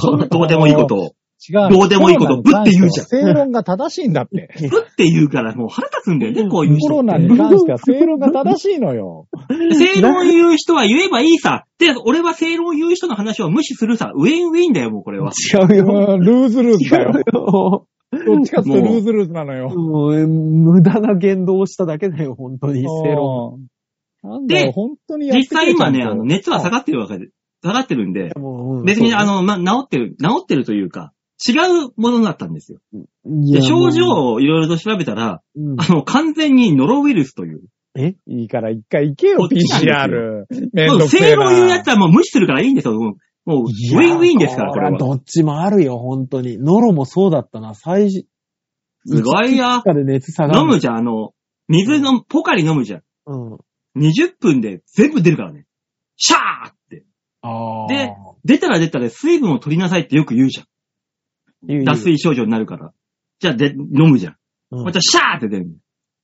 そんなどうでもいいことを。違う。どうでもいいことぶって言うじゃんコロナに関しては正論が正しいん [laughs] だって。ぶって言うからもう腹立つんだよね、こういうコ人ロっナてに。関しては正論が正しい [laughs] のよ。正論言う人は言えばいいさ。で、俺は正論言う人の話を無視するさ。ウェインウェインだよ、もうこれは。違ううよ。んルーズルーズだよ。よ。どっちかっていうとルーズルーズなのよ。もう、無駄な言動をしただけだよ、本当に。正論。うん。なんだよで本当にやって実くれ際今ね、ちゃあんとの、熱は下がってるわけで、下がってるんで、もううん別にあその、ま、治ってる、治ってるというか、違うものになったんですよ。ういで、や症状をいろいろと調べたら、うんあの、完全にノロウイルスという。いいから一回行けこよっ、ちなんですよ PCR。めんどくせえ正な。論言うやつはもう無視するからいいんですよ。もう、もうウいやィンウィンですから、これは。どっちもあるよ、本当に。ノロもそうだったな、最初。すごいよ一日から熱下がる。飲むじゃん、あの、水の、ポカリ飲むじゃん。うん。 20分で全部出るからね。シャーって。ああ。で出たら出たで水分を取りなさいってよく言うじゃん。言う、脱水症状になるから。じゃあ、で、飲むじゃん。言う、またシャーって出るの。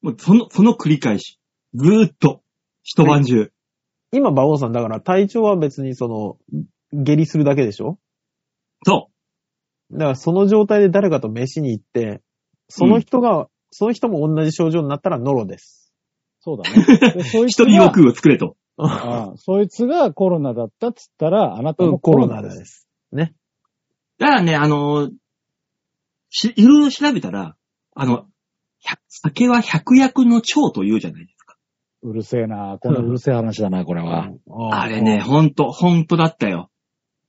もう、その、その繰り返し。ずーっと。一晩中。うん今、馬王さん、だから体調は別にその、下痢するだけでしょそ。だからその状態で誰かと飯に行って、その人が、その人も同じ症状になったらノロです。そうだね。でそういつ一が [laughs] 人欲を作れと。ああそいつがコロナだったっつったら、あなたもココロロナナでです。す。だからね、あのーし、いろいろ調べたら、あの、百酒は百薬の長と言うじゃないですか。うるせえな。このうるせえ話だな、これは。あれね、ほんと、ほんとだったよ。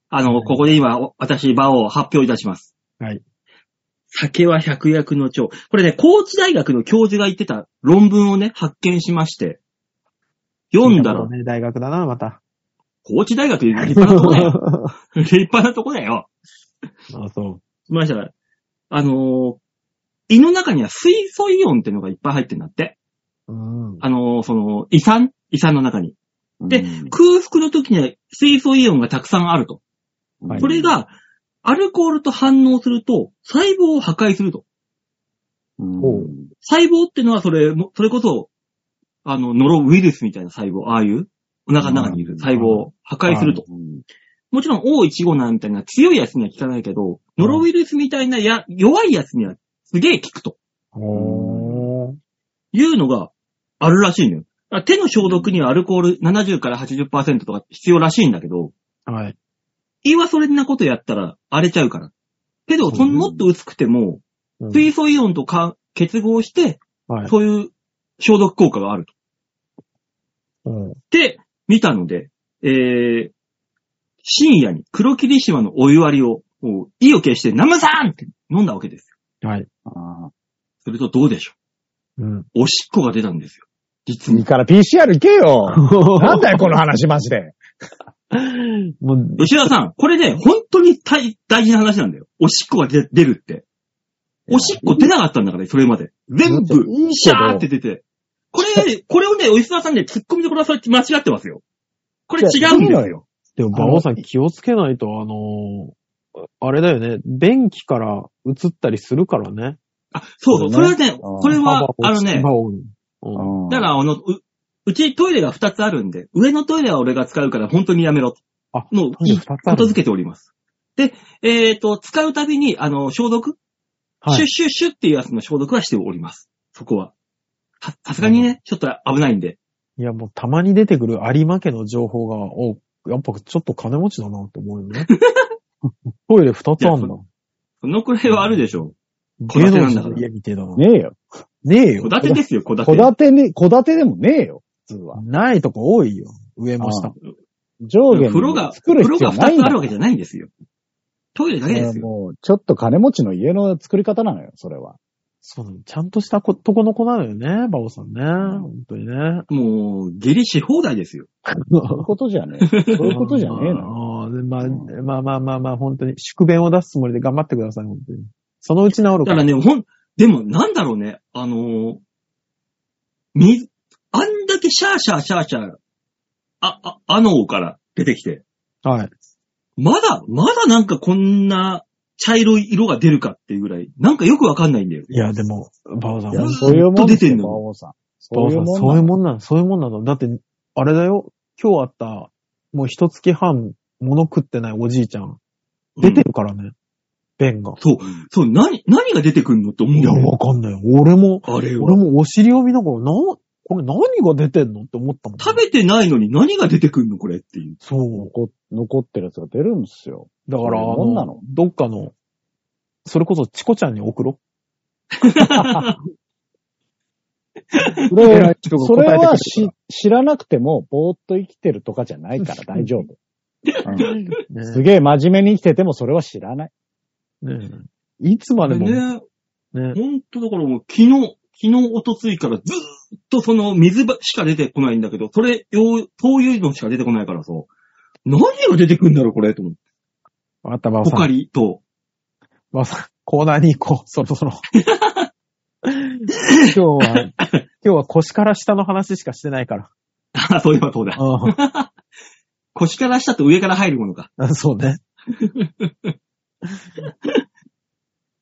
あの、ここで今、お私、場を発表いたします。はい。酒は百薬の長。これね、高知大学の教授が言ってた論文をね、発見しまして、う読ん、んだら、ね、大学だな、[laughs] また。高知大学立派なとこだよ。 [laughs] 立派なとこだよ。あそう。しましたら、あのー胃の中には水素イオンっていうのがいっぱい入ってるんだって。うん。あのーその、胃酸胃酸の中に。でうん空腹の時には水素イオンがたくさんあると。はいこれが、アルコールと反応すると、細胞を破壊すると。うんほう細胞ってのはそれも、それこそ、あの、ノロウイルスみたいな細胞、ああいう、お腹の中にいる細胞を破壊すると。もちろん O15 なんてのは強いやつには効かないけど、ノロウイルスみたいなや、弱いやつにはすげえ効くとおー。いうのがあるらしいのよ。だから手の消毒にはアルコール70から80%とか必要らしいんだけど、はい。今それんなことやったら荒れちゃうから。けど、そのうんもっと薄くても、うん水素イオンとか結合して、はい。そういう消毒効果があると。うんで、見たので、えー、深夜に黒霧島のお湯割りを、こう意を決して、ナムさんって飲んだわけですよ。はい。あするとどうでしょ [laughs] うん。うおしっこが出たんですよ。実ーいいに。から PCR 行けよななんだよ、この話、マジで。もう、吉田さん、これね、本当に大大事な話なんだよ。おしっこが出出るって。おしっこ出なかったんだから、それまで。全いやいいけ部ど、シャーって出て。これ、これをね、吉田さんね、突っ込みどころはそれ間違ってますよ。これ違うんいやいいでのすよ。よ。でも、馬王さん気をつけないと、あのーあれだよね。便器から移ったりするからね。あ、そうそう。そそうれだはねね、うんこれは、あのね、馬王にうんだから、あの、う、うちトイレが2つあるんで、上のトイレは俺が使うから本当にやめろ。あの、トイレ二つあることづけております。で、えっ、と、使うたびに、あの、消毒、はシュいッ。シュッシュッっていうやつの消毒はしております。そこは。ささすがにね、ちょっと危ないんで。いや、もうたまに出てくる有馬家の情報が、おやっぱちょっと金持ちだなって思うよ [laughs] ね。トイレ二つあんだ。そのくらいはあるでしょ戸芸建て能なん人だからの家みてえだな。ねえよ。ねえう。よ小。建てですよ、小建小て。建てに、小建てでもねえよ、普通は。ないとこ多いよ。上も下も。上下に風呂が、作風る呂必が要な2いんつだあるわけじゃないんですよ。トイレだけですえーよ。もう、ちょっと金持ちの家の作り方なのよ、それ [laughs] は。そうなのちゃんとしたことこの子なのよね、馬王さんね。本当にね。もう、下痢し放題ですよ。そういうことじゃねえ。そういうことじゃね [laughs] えの。あーでまあ、うまあまあまあまあ、本当に、宿便を出すつもりで頑張ってください、本当に。そのうち治るだかからら。ね、ほん、でもなんだろうね、あのー、水、あんだけシャーシャーシャーシャー、あ、あ、あのーから出てきて、はい。まだ、まだなんかこんな茶色い色が出るかっていうぐらい、なんかよくわかんないんだよ。いや、でも、馬王さん、い馬や、王そういうもんですずっと出てんよ、の馬王さん。そういさ、うんもんそういうなのもんなの、そういうもんなの。だって、あれだよ、今日あった、もう一月半、物食ってないおじいちゃん、出うてんるからね、便が。そう、そう、何、何が出てくんのって思ういや、よねわかんない。俺も、あれ俺は。もお尻を見ながら、な、これ何が出てんのって思ったもん。食べてないのに何が出てくんのこれっていう。そう。残残ってるやつが出るんですよ。だから、あそういうもんなのの、どっかの、それこそチコちゃんに送ろう。そ偉いれ人がそ答えてくれれるからはし知らなくても、ぼーっと生きてるとかじゃないから大丈夫。うんすげえ真面目に生きててもそれは知らない。 [laughs] ねえいつまあでれも、ねね、ほんとだからもう昨日、昨日、おとついからずーっとその水ばしか出てこないんだけど、それ用、そういうのしか出てこないからさ、何が出てくんだろうこれと思って。わかった、バオポさカん。リと。バオさん、コーナーに行こう。そろそろ。 [laughs] 今日は、今日は腰から下の話しかしてないから。あ、そういえばそうだ。う腰から下と上から入るものか。ん、そうね。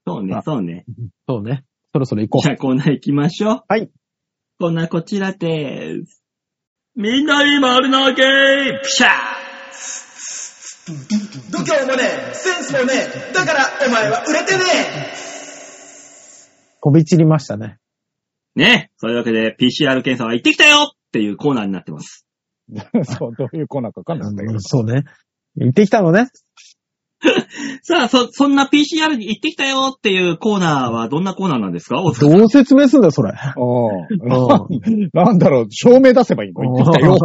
そうねあ、そうね。そうね。そろそろ行こ [laughs] じゃあコーナー行きましょう。はい。コーナーこちらです。みんなに丸投げピシャー度胸もねえセンスもねえだからお前は売れてねえう。飛び散りましたね。ね。そういうわけで PCR 検査は行ってきたよっていうコーナーになってます。そう、どういうコーナーかわかんないんだけうどん。そうね。行ってきたのね。さあ、そ、そんな PCR に行ってきたよっていうコーナーはどんなコーナーなんですかお疲れどう説明すんだよ、それ。おー [laughs] なんだろう、証明出せばいいの言ってきたよ。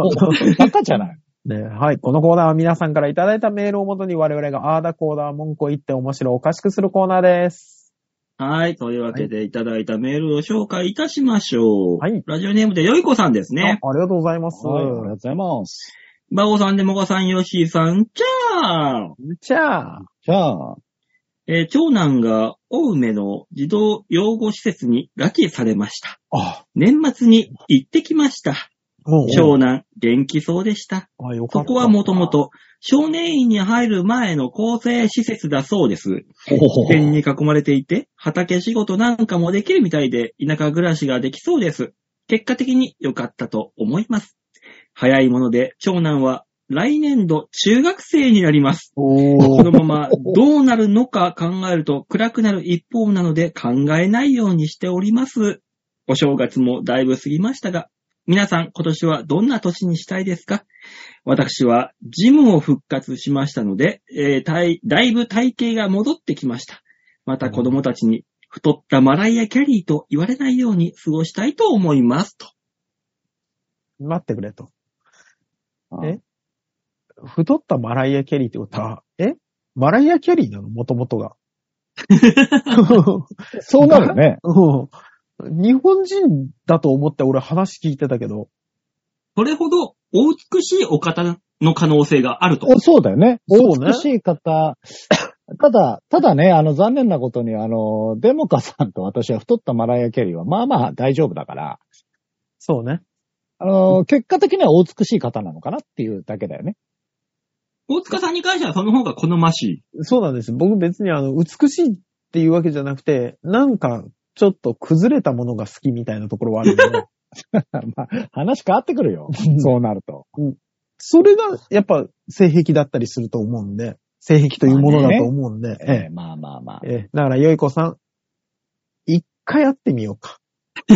バカじゃない。ね、はい。このコーナーは皆さんからいただいたメールをもとに我々があーだコーナー文句を言って面白おかしくするコーナーです。はい。というわけでいただいたメールを紹介いたしましょう。はいラジオネームでよいこさんですね。あありがとうございます。はい、ありがとうございます。バオさんでもこさん、よしーさん、ちゃーじゃあ、じゃあ、えー長男が青梅の児童養護施設に拉致されました。あ、年末に行ってきました。も長男、元気そうでした。あ、よかそった。こはもともと少年院に入る前の構成施設だそうです。自然に囲まれていて、畑仕事なんかもできるみたいで、田舎暮らしができそうです。結果的に良かったと思います。早いもので、長男は来年度中学生になります。おこのままどうなるのか考えると暗くなる一方なので考えないようにしております。お正月もだいぶ過ぎましたが、皆さん今年はどんな年にしたいですか私はジムを復活しましたので、えーたいだいぶ体型が戻ってきました。また子供たちに太ったマライア・キャリーと言われないように過ごしたいと思います。と。待ってくれと。あえ太ったマライア・キャリーってことは、えマライア・キャリーなのもともとが。そうなるね。うん日本人だと思って俺話聞いてたけど、それほどお美しいお方の可能性があると。おそうだよね。そうね美しい方。ただ、ただね、あの、残念なことに、あの、デモカさんと私は太ったマライア・キャリーは、まあまあ大丈夫だから、そうね。あの、結果的にはお美しい方なのかなっていうだけだよね。 [laughs] 大塚さんに関してはその方が好ましい。 [laughs] そうなんです。僕別にあの、美しいっていうわけじゃなくて、なんか、ちょっと崩れたものが好きみたいなところはあるけど、まあ、話変わってくるよ。そうなると。それがやっぱ性癖だったりすると思うんで、性癖というものだと思うんで、ええ、まあまあまあえ。えだから、よいこさん、一回会ってみようか。危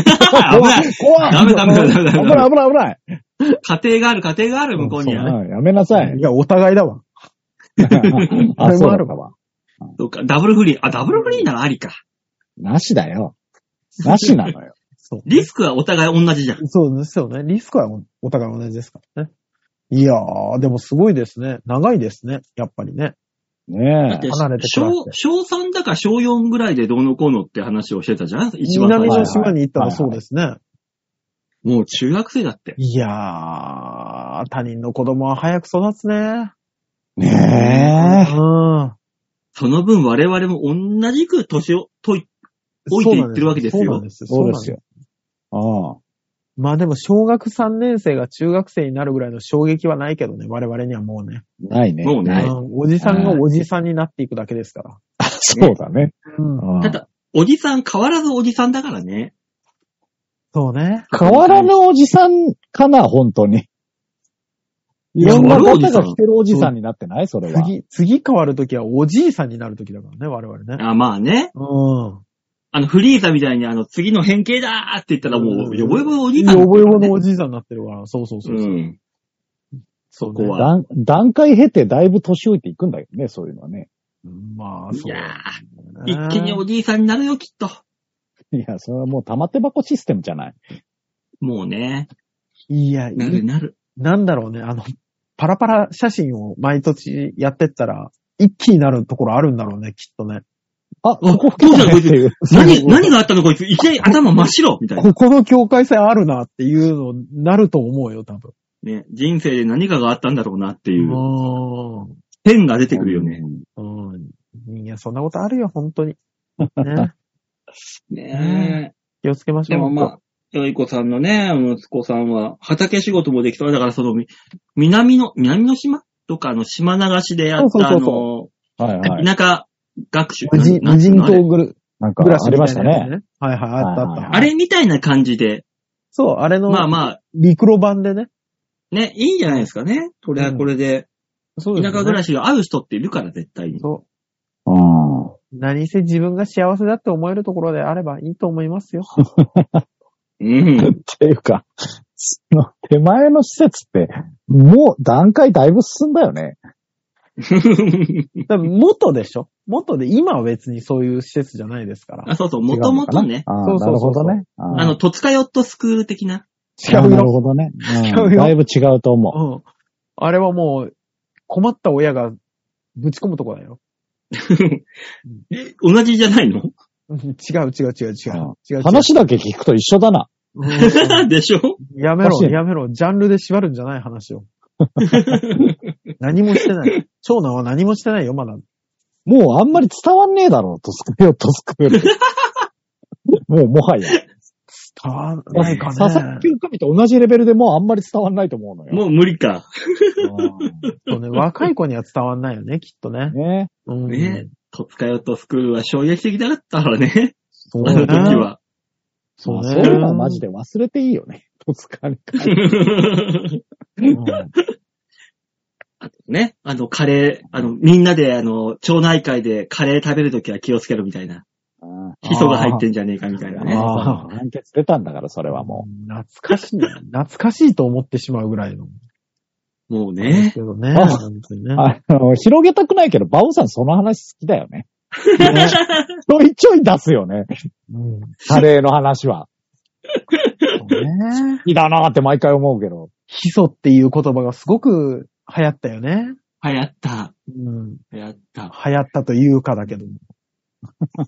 ない。怖いダメダメダメダメ危ない危ない危ない。家庭がある、家庭がある、向こうにはね。うんやめなさいい。や、お互いだわ。 [laughs] あ、そそうだうだったわ。そうか、ダブルフリー。あ、ダブルフリーならありか。なしだよ。なしなのよ。そう。リスクはお互い同じじゃん。そうですよね。リスクはおお互い同じですからね。いやー、でもすごいですね。長いですね。やっぱりね。だねってえ。離れてくらっ小て、小3だか小4ぐらいでどうのこうのって話をしてたじゃん一番南最の初。島に行ったらそうですね。もう中学生だって。いやー、他人の子供は早く育つね。ねえ。うん。その分我々も同じく年を解い、置いていってるわけですよそうなんです。そうでなんすよ。。ああ。まあでも、小学3年生が中学生になるぐらいの衝撃はないけどね、我々にはもうね。ないね。もうねないうんおじさんがおじさんになっていくだけですから。そうだね。うんああただ、おじさん変わらずおじさんだからね。そうね。変わらぬおじさんかな、本当に。いろんな方が来てるおじさんになってないそれは。次、次変わるときはおじいさんになるときだからね、我々ね。あ、まあね。うん。あの、フリーザみたいにあの、次の変形だーって言ったらもうんう、よぼよぼおじいさやん。よぼよぼのおじいさんになってるから、そうそううそう。ん。そうねこは段段階経てだいぶ年老いていくんだけどね、そういうのはね。まあ、いそうやだー、一気にね。おじいさんになるよ、きっと。いや、それはもう玉手箱システムじゃない。もうね、いや、いなるなる。なんだろうね、あの、パラパラ写真を毎年やってったら、一気になるところあるんだろうね、きっとね。あ、あここ来たねっていう。何、何があったのこいつ、いきなり頭真っ白みたいな。ここの境界線あるなっていうのになると思うよ、多分。ね、人生で何かがあったんだろうなっていう、う線が出てくるよね。ん。うん。いや、そんなことあるよ、本当に。 [laughs] ね、ね気をつけまえ。しでょう。もまあ、よいこさんのね、息子さんは、畑仕事もできそう。だからその、み南の、南の島とかあの島流しでやっそうた、そあうその、はいはい。田舎学習。無人な無人なんていう島のグルなんかグラスありみまたしいたなやつね。ね。はいはい、あったあっはいはいた。はあれみたいな感じで、そう、あれの、まあまあ、陸路版でね。ね、いいんじゃないですかね。これはこれで、そう田舎暮らし。しが合う人っているから、絶対に。そう。うん。何せ自分が幸せだって思えるところであればいいと思いますよ。うん。っていうか、その手前の施設って、もう段階だいぶ進んだよね。多分元でしょ元で、今は別にそういう施設じゃないですから。 [laughs] あそうそう、もともとね、ああ、そうなそうるそほうそうどね。あの、、戸塚ヨットスクール的な。違うなる。ほどね。違ううんよだいぶ違うと思うん。あれはもう、困った親がぶち込むとこだよ。 [laughs] え、同じじゃないのうん違う違う違う違う。違う違う。う話だけ聞くと一緒だな。う [laughs] んでしょやめろおかし、いやめろ。ジャンルで縛るんじゃない話 [laughs] を。何もしてない。長男は何もしてないよ、まだ。もうあんまり伝わんねえだろう、トスクヨットスクール。 [laughs] もうもはや。変わんないかね。佐々木久美と同じレベルでもうあんまり伝わんないと思うのよ。もう無理か。そうね、若い子には伝わんないよね、きっとねううん、ん。ねね戸塚ヨットスクールは衝撃的だったからね。そうあのね。時は。そうね。そういうのはマジ [laughs] で忘れていいよね。トスカに関して。うんあとね、あの、カレー、あの、みんなで、あの、町内会でカレー食べるときは気をつけろみたいな。うんヒ素が入ってんじゃねえかみたいなね。あー判決出たんだから、それはも懐かしい、懐かしいと思ってしまうぐらいの。もうですねけ。どね。あ本当にねう。。あの、広げたくないけど、バオさんその話好きだ [laughs] よね。ちょいちょい出すよね。うんカレーの話は。そうねいいだなーって毎回思うけど。ヒ素っていう言葉がすごく流行ったよね。流行った。うん。流行った。流行ったというかだけど。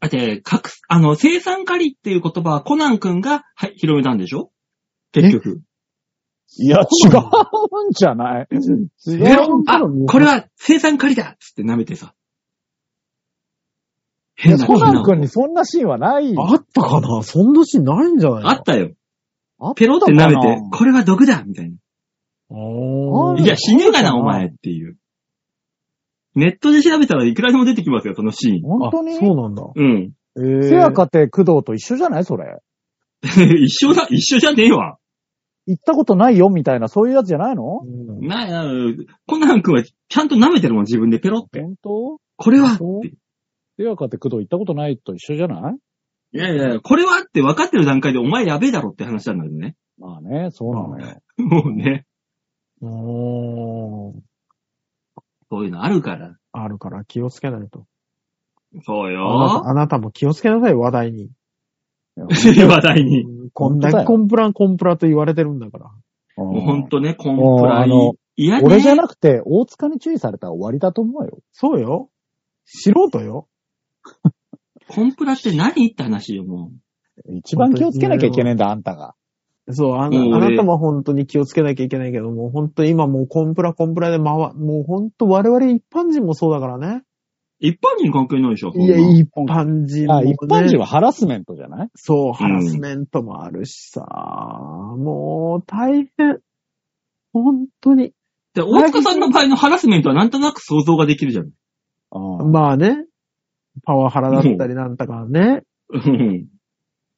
だって、各、あの、生産カリっていう言葉はコナン君が、はい、広めたんでしょ結局。いや、違うんじゃない違えうあ、これは生産カリだっつって舐めてさ。い変やなコナン変な君にそんなシーンはない。あったかなそんなシーンないんじゃないのあったよ。あペロって舐めったかてな、これは毒だみたいな。おうんいや、死ぬがな、うんお前っていう。ネットで調べたらいくらでも出てきますよ、そのシーン。本当そにうなんだ。うん。 [laughs] ええ。せやかて工藤と一緒じゃないそれ。一緒だ、一緒じゃねえわ。行ったことないよみたいな、そういうやつじゃないのうん。な、なコナン君はちゃんと舐めてるもん、自分でペロって。本当これはっそうて。せやかて工藤行ったことないと一緒じゃないいやいや、これはって分かってる段階でお前やべえだろって話なんだけどね。まあね、そうなのよ。もうね、おーそういうのあるから。あるから気をつけないと。そうあなよた。あなたも気をつけなさい、話題に。 [laughs] 話題に。こんだ本当だけよコンプランコンプラと言われてるんだから。もうほんとね、コもンうプラあにの。いやね。俺じゃなくて、大塚に注意されたら終わりだと思うよ。そうよ。素人よ。コンプラって何って話よ、も一番気をつけなきゃいけないんだ、あんたが。そう、あうんの、あ俺なたも本当に気をつけなきゃいけないけど、もう本当に今もうコンプラコンプラで回、もう本当我々一般人もそうだからね。う。一般人関係ないでしょ、そんいなや、一般人も、あ、ね。一般人はハラスメントじゃないそう、ハラスメントもあるしさ、もう大変。本当に。で、大塚さんの場合のハラスメントはなんとなく想像ができるじゃん。うんまあね。パワハラだったりなんだからね。うん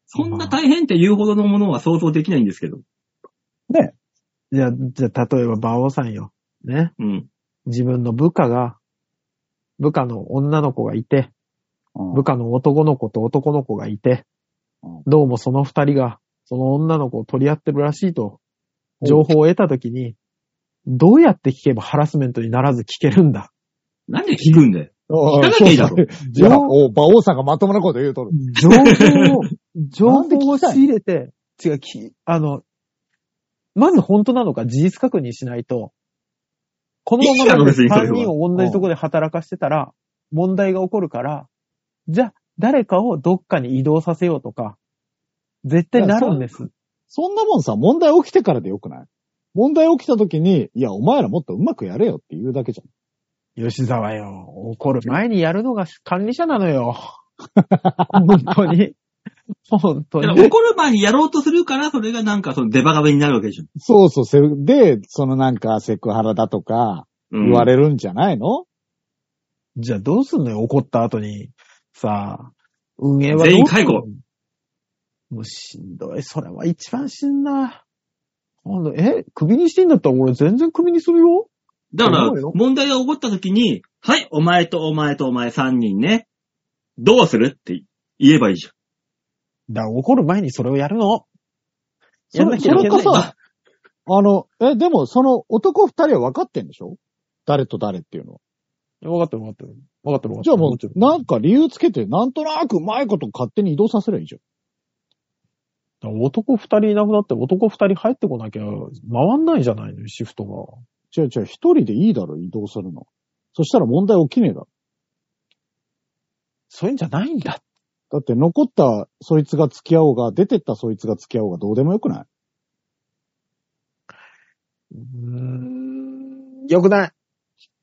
そんな大変って言うほどのものは想像できないんですけど。じゃあ、じゃあ、例えば、馬王さんよ。ね。うん。自分の部下が、部下の女の子がいて、うん部下の男の子と男の子がいてうん、どうもその二人が、その女の子を取り合ってるらしいと、情報を得たときに、どうやって聞けばハラスメントにならず聞けるんだなんで聞くんだよ。お聞かなきゃいいだろ。じゃあ、お、馬王さんがまともなこと言 [laughs] うとる。情報を、情なんで報聞をきたい仕入れて、違う、き、あの、まず本当なのか事実確認しないと、このいいだまろま別にそれは3人を同じとこで働かしてたら、問題が起こるから、じゃあ、誰かをどっかに移動させようとか、絶対なるんです。そんなもんさ、問題起きてからでよくない問題起きた時に、いや、お前らもっとうまくやれよって言うだけじ吉沢よ、怒る前にやるのが管理者なのよ。本当に。 [laughs] 本当だからに。怒る前にやろうとするから、それがなんかそのデバガベになるわけじゃん。ゃん。そうそうせ、で、そのなんかセクハラだとか、うん言われるんじゃないの、じゃあどうすんのよ、怒った後に。さあ、運営はどうすんの全員解雇。もうしんどい。それは一番しんな。ほんとえ、首にしていいんだったら俺全然首にするよ。だから思うよ、問題が起こった時に、はい、お前とお前とお前3人ね。どうするって言えばいいじゃん。だから怒る前にそれをやるの。それやんなきゃいけないそれこそあの、え、でも、その男二人は分かってんでしょ誰と誰っていうのは。分かってる分かってる。分かってる分かってる。じゃあもちろう、なんか理由つけて、なんとなくうまいこと勝手に移動させればいいじゃん。ん男二人いなくなって男二人入ってこなきゃ回んないじゃないのよ、シフトが。違う違う、一人でいいだろ、移動するの。そしたら問題起きねえだろ。そういうんじゃないんだ。だって残ったそいつが付き合おうが、出てったそいつが付き合おうがどうでもよくないうーん。よくない。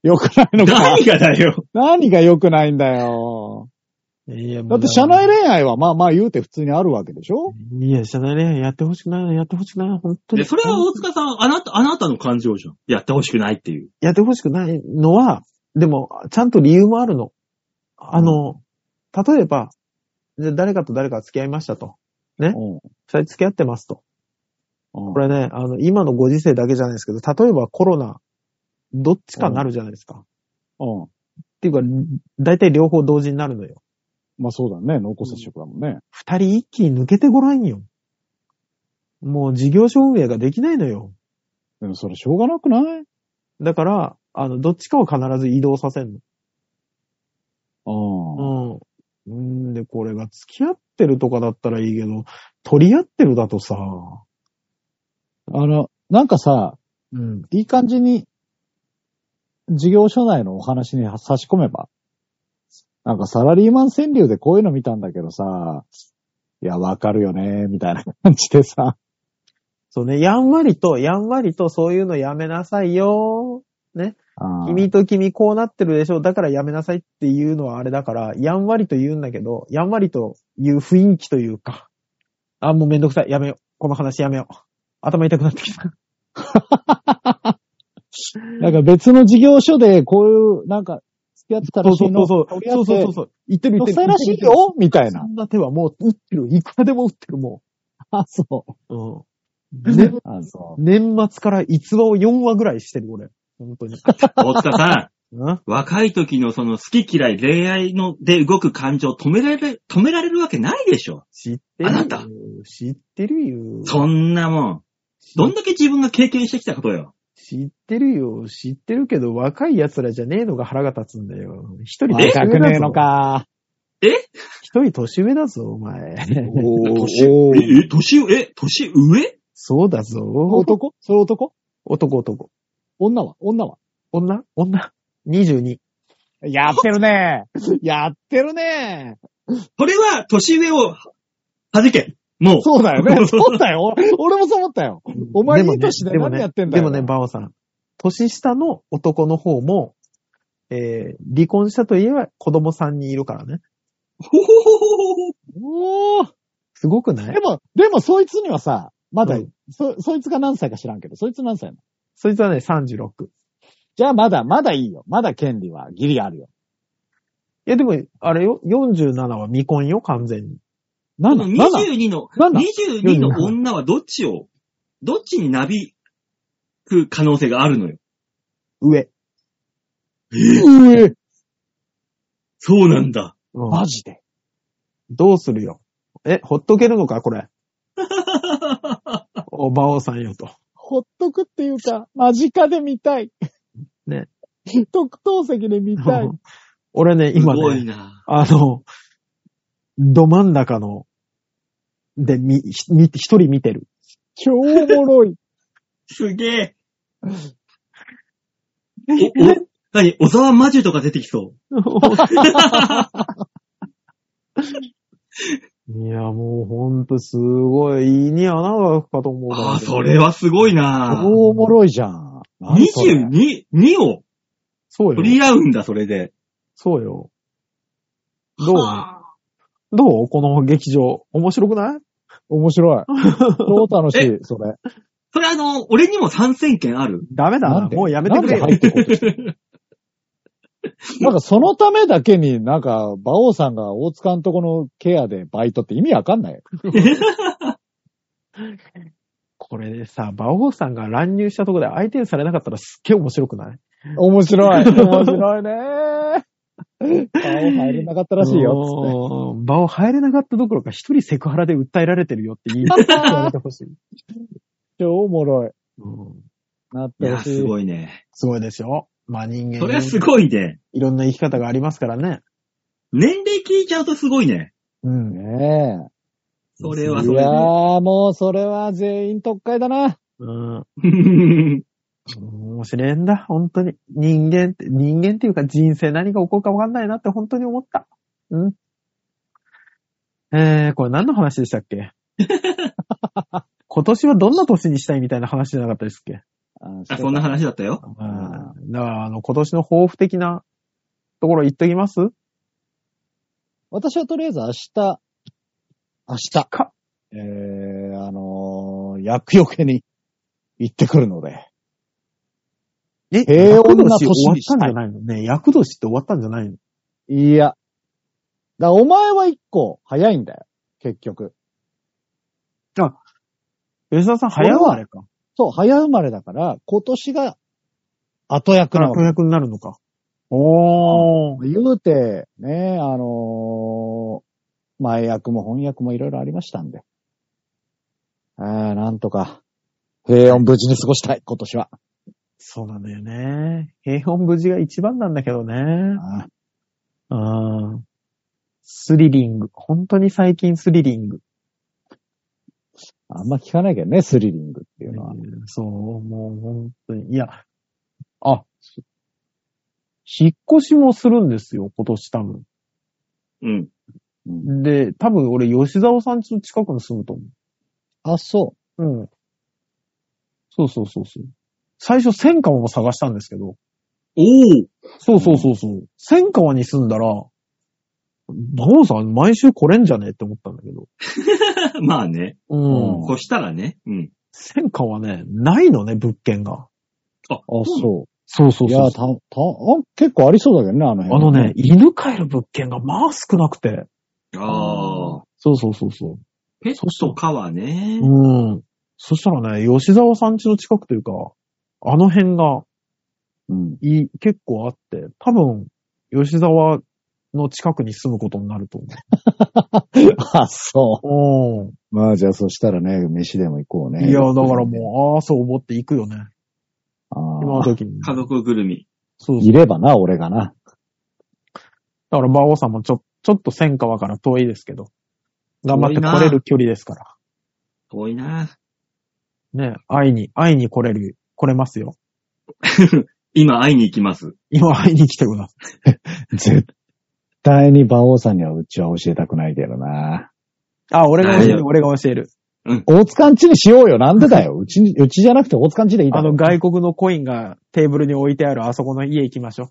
よくない [laughs] のか。何がだよ。何が良くないんだよ。いや、だって社内恋愛はまあまあ言うて普通にあるわけでしょいや、社内恋愛やってほしくないな、やってほしくないな、本当でに。それは大塚さん、あなた、あなたの感情じゃん。やってほしくないっていう。やってほしくないのは、でも、ちゃんと理由もあるの。あの、例えば、じゃあ誰かと誰かが付き合いましたと。えうん。二人付き合ってますと。うんこれね、あの、今のご時世だけじゃないですけど、例えばコロナどっちかになるじゃないですか。っうん。ていうか、だいたい両方同時になるのよ。まあそうだね。濃厚接触だもんね。二人一気に抜けてごらんよ。もう事業所運営ができないのよ。でもそれしょうがなくないだから、あの、どっちかを必ず移動させんの。うん。うん。んで、これが付き合ってるとかだったらいいけど、取り合ってるだとさ、あの、なんかさ、うん。いい感じに、事業所内のお話に差し込めば。なんかサラリーマン川柳でこういうの見たんだけどさ、いや、わかるよね、みたいな感じでさ。そうね、やんわりと、やんわりとそういうのやめなさいよ。うん君と君こうなってるでしょ、だからやめなさいっていうのはあれだから、やんわりと言うんだけど、やんわりと言う雰囲気というか、あ、もうめんどくさい、やめよう。この話やめよう。頭痛くなってきた。なんか別の事業所でこういう、なんか、付き合ってたらしいの。そうそうそうそう。そうそうそう。言ってる言独ってる。裁らしいよみたいそな。んな手はもう打ってる。いくらでも打ってる、もあ、そう。う。うん。ね、あ、そ年末から逸話を4話ぐらいしてる、俺。本 [laughs] 当に。大塚さん、 [laughs] うん若い時のその好き嫌い、恋愛ので動く感情止められ、止められるわけないでしょ。知ってるよ。あなた知ってるよ。そんなもん。どんだけ自分が経験してきたことよ。知ってるよ。知ってるけど、若い奴らじゃねえのが腹が立つんだよ。一人う。年若く上だねえのぞ。か。一人年上だぞ、お前。 [laughs] 年え、え、年上、え、年上そうだぞ。男、男それ男男。女は女は女女 ?22。やってるねやってるねそれは年上を弾け。もう。そうだ [laughs] よね。そうだよ。俺もそう思ったよ。お前いい年ででも何ねやってんだよ。でもね、バオさん。年下の男の方も、えー、離婚したといえば子供3人いるからね。ほほほほほほおーすごくないでも、でもそいつにはさ、まだうん、そ、そいつが何歳か知らんけど、そいつ何歳なのそいつはね、36。いじゃあまだ、まだいいよ。まだ権利はギリあるよ。や、でも、あれよ、47は未婚よ、完全に。こなのんだ22の、なんだ22の女はどっちを、どっちになびく可能性があるのよ。上。うえそうなんだ。うんマジで。どうするよ。え、ほっとけるのか、[laughs] これ。お、馬王さんよと。ほっとくっていうか、間近で見たい。ね。特等席で見たい。 [laughs] 俺ね、す今ごいね、な。あの、ど真ん中の、で、み、ひみ一人見 [laughs] てる。超おも [laughs] ろい。すげえ。お、お、何小沢魔女とか出てきそう。いや、もうほんとすごい、胃に穴が開くかと思うからね。ああ、それはすごいな。超おもろいじゃん。何それ22、2をそう取よ。り合うんだ、それで。そうよ。どうはどうこの劇場。面白くない面 [laughs] 白い。超楽しい、それ。それあの、俺にも参戦権ある。ダメだな。なんでもうやめてくれなよんで入ってこうとしてるなんかそのためだけになんか、馬王さんが大塚んとこのケアでバイトって意味わかんないよ。これでさ、馬王さんが乱入したとこで相手にされなかったらすっげえ面白くない面白い。面白いね。馬王入れなかったらしいよ、うーん場を入れなかったどころか、一人セクハラで訴えられてるよって言 [laughs] いやめてほしい。つって。超おもろい。うんなっいてや、ほしすい。ごいね。すごいですよ。まあ人そ間れはにすごいね。いろんな生き方がありますからね。年齢聞いちゃうとすごいね。うん。ねえ。それはそいれやで。ー、もうそれは全員特会だな。うん。うん面白いんだ、本当に。人間って、人間っていうか人生何が起こるか分かんないなって本当に思った。うん。えー、これ何の話でしたっ [laughs] け今年はどんな年にしたいみたいな話じゃなかったですっけ [laughs] あ、そんな話だったよ。うん。だから、あの、今年の抱負的なところ言っときます私はとりあえず明日、明日、かえー、あのー、薬よけに行ってくるので。え平厄穏年な終年わっにしたたんじいゃないのね。厄年って終わったんじゃないのいや。だお前は一個早いんだよ。結局。吉田さん、俺早は生まれか。そう、早生まれだから、今年が後役なわ後け。役になるのか。おー。言うて、ね、あのー前役も翻訳もいろいろありましたんで。えー、なんとか、平穏無事に過ごしたい、今年は。そうなんだよね。平穏無事が一番なんだけどね。あうん。スリリング。本当に最近スリリング。あんま聞かないけどね、スリリングっていうのは。そう、もう本当に。いや、あ、そ引っ越しもするんですよ、今年多分。うん。で、多分俺、吉沢さんちの近くに住むと思。あ、そううん。そうそうそうそう。最初、千川も探したんですけど。おー [laughs] そうそうそうそう。千川に住んだら、馬王さん、毎週来れんじゃねえって思ったんだけど。まあね。うんうんこしたらね。うん。千川はね、ないのね、物件が。う。あ、そ。そうそうういそや、うた、た、あ結構ありそうだけどね、あのあ辺。のね、犬飼える物件がまあ少なくて。ああ。そうそうそうそペットかはねう。。うん。そしたらね、吉沢さん家の近くというか、あの辺が [laughs] うん。いい結構あって、多分、吉沢の近くに住むことになるとあ、そ思う。う。まあ、じゃあ、そしたらね、飯でも行こううね。ん。いや、だからもう、ああ、そう思って行くよね。あ今のー時に。家族ぐるみ。そうそう。いればな、俺がな。だから、馬王さんもちょ、ちょっと千川から遠いですけど、頑張って来れる距離ですから。遠いな。ね、会いに、会いに来れる、来れますよ。今会いに行きます。今会いに来てください。絶対に馬王さんにはうちは教えたくないけどな。あ、俺が教えはいる、俺が教える。大塚んちにしようよ。なんでだ [laughs] よ。うちに、うちじゃなくて大塚んちでいいだあろの外国のコインがテーブルに置いてあるあそこの家行きましょ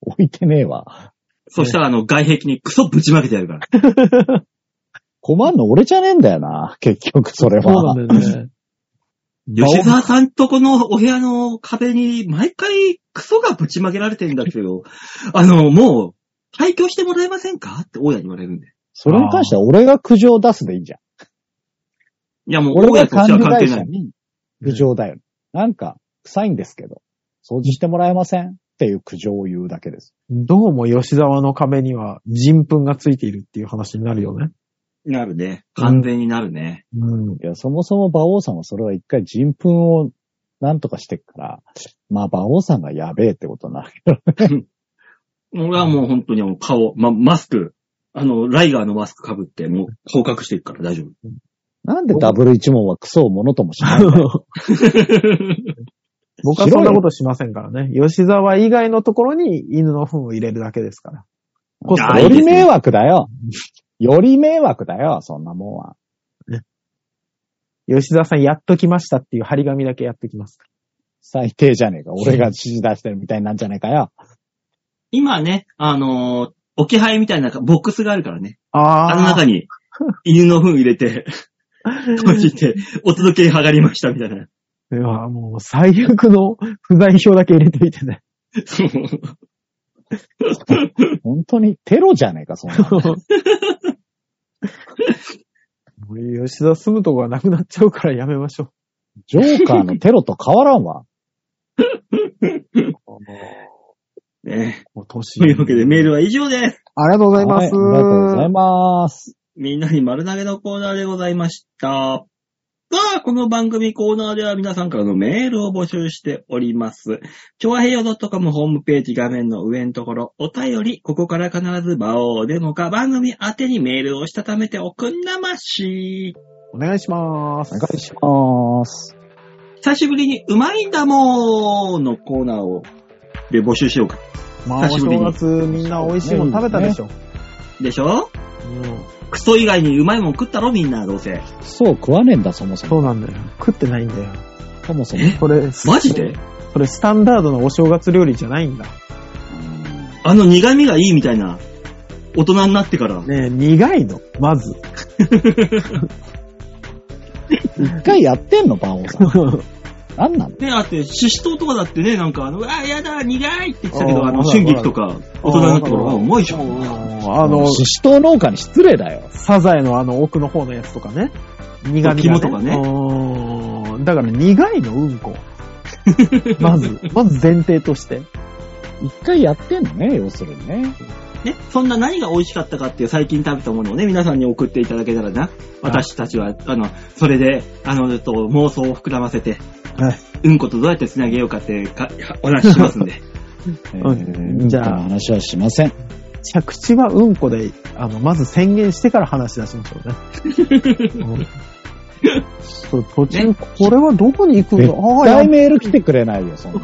置いてねえわ。そしたらあの外壁にクソぶちまけてやるから。困んの俺じゃねえんだよな。結局、それう。は。だよね。吉沢さんとこのお部屋の壁に毎回クソがぶちまけられてんだけど、 [laughs] あの、もう、退去してもらえませんかって大家に言われるんで。それに関しては俺が苦情を出すでいいじゃん。いやもう大俺家とがしては管理関会係な社い。に苦情だよ。なんか、臭いんですけど、掃除してもらえませんっていう苦情を言うだけです。 [laughs] どうも吉沢の壁には人糞がついているっていう話になるよね。なるね。完全になるね。うん。いや、そもそも馬王さんはそれは一回人糞をなんとかしてっから、まあ馬王さんがやべえってことになるけど。俺はもう本当にもう顔、ま、マスク、あの、ライガーのマスク被って、もう、降格していくから大丈 [laughs] 夫。なんでダブル一問はクソをものともしないんだよ [laughs] 僕はそんなことしませんからね。吉沢以外のところに犬の糞を入れるだけですから。コスあトーいよいですりね迷惑だ [laughs] よ。より迷惑だよ、そんなもんは。吉沢さんやっときましたっていう張り紙だけやってきます。最低じゃねえか。俺が指示出してるみたいなんじゃねえかよ。今ね、あのー置き配みたいなボックスがあるからね。ああの中に、犬の糞入れて、閉じて、お届けに剥がりましたみたいな。 [laughs] いや、もう最悪の不在票だけ入れておいてね。そう本当にテロじゃねえか、そんなの。もう吉沢住むとこがなくなっちゃうからやめましょう。ジョーカーのテロと変わらんわ。ね。もう年というわけでメールは以上です。ありがとうございます。はいありがとうございます。みんなに丸投げのコーナーでございました。さあ、この番組コーナーでは皆さんからのメールを募集しております。超平洋 .com ホームページ画面の上のところ、お便り、ここから必ず場をデモか番組宛てにメールをしたためておくんなまし。お願いします。お願いします。久しぶりにうまいんだもーのコーナーを、で募集しようか。まあ、お久しぶり正に月みんな美味しいもの食べたでしょ。でしょクソ以外にうまいもん食ったろみんな、どうせ。そう、食わねえんだ、そもうそんも。そうなんだよ。食ってないんだよ。そもそも。えこれ、マジでこれスタンダードのお正月料理じゃないんだ。あの苦味がいいみたいな、大人になってから。ねえ、苦いの。まず。 [laughs] 一回やってんの、バオさ [laughs] ん。なんなのね、あって、シシトウとかだってね、なんか、あの、うわ、やだ、苦いって言ってたけど、あーあの、わかる春菊とか、大人になってから、あわかうるまいじゃん。あの、シシトウ農家に失礼だよ。サザエのあの奥の方のやつとかね。苦味が、ね。肝とかねうーんだから苦いの、うんこ。まず、まず前提として。一回やってんのね、要するにね。ね、そんな何が美味しかったかっていう最近食べたものをね、皆さんに送っていただけたらな、私たちは、あの、それで、あの、えっと、妄想を膨らませて、はいうんことどうやって繋げようかってか、お話ししますんで。えうんー、じじゃゃああ話はしません。着地はうんこで、あの、まず宣言してから話し出しましょうね。うんそう途中、ねこれはどこに行くんだ絶ああ、や対メール来てくれないよ、そんな。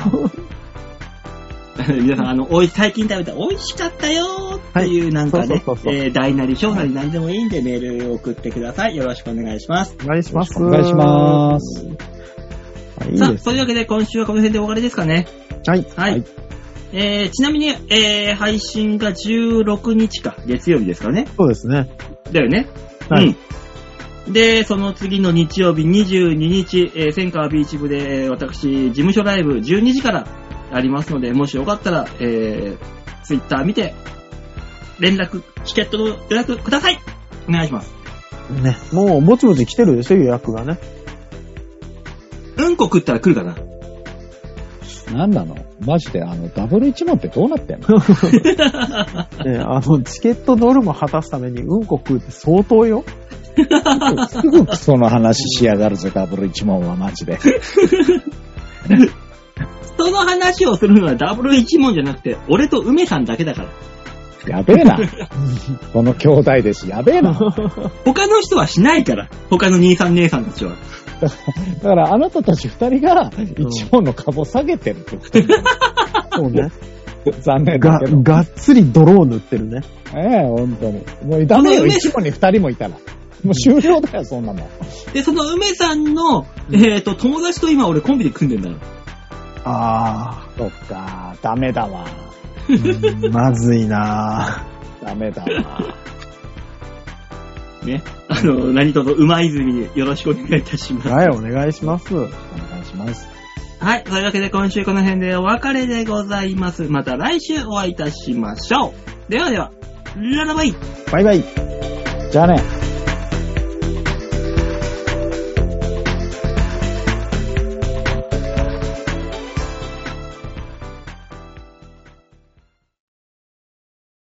[laughs] 皆さん、あの、おい最近食べた美味しかったよーっていうなんかね、そうそうそうそうえー大なり小なり何でもいいんでメールを送ってください。よろしくお願いします。お願いします。お願いします。あ。いいさあ、です。というわけで今週はこの辺でお別れですかね。はい。はい。はいえー、ちなみに、えー、配信が16日か、月曜日ですからね。そうですね。だよね。はい。うん。で、その次の日曜日22日、えー、千川ビーチ部で、えー私、事務所ライブ12時からありますので、もしよかったら、えー、ツイッター見て、連絡、チケットの予約くださいお願いします。ね。もう、ぼちぼち来てるでしょ、予約がね。うんこ食ったら来るかななんなのマジで、あの、ダブル1万ってどうなってんのねあの、チケットノルマ果たすためにうんこ食うって相当よ。すぐクソの話しやがるぜ、ダブル1万はマジで。その話をするのはダブル一問じゃなくて、俺と梅さんだけだから。やべ [laughs] えな。この兄弟です。やべえな。他の人はしないから。他の兄さん姉さんたちは。だからあなたたち二人が一問の株下げてるってこと、そうね。残念だが、けど。がっつり泥を塗ってるね。ええ、本当に。もうダメよ、一問に二人もいたら。もう終了だよ、そんなもん。で、その梅さんの、えっ、と、友達と今俺コンビで組んでんだから。あそっか、ダメだわ。あ、うんまずいなぁダメだわ。ね。あの、何卒、馬泉によろしくお願いいたし [laughs] ます。はい、お願いします。 [laughs] お願いします。はい。というわけで今週この辺でお別れでございます。また来週お会いいたしましょう。ではでは、ララバイバイバイ。じゃあね。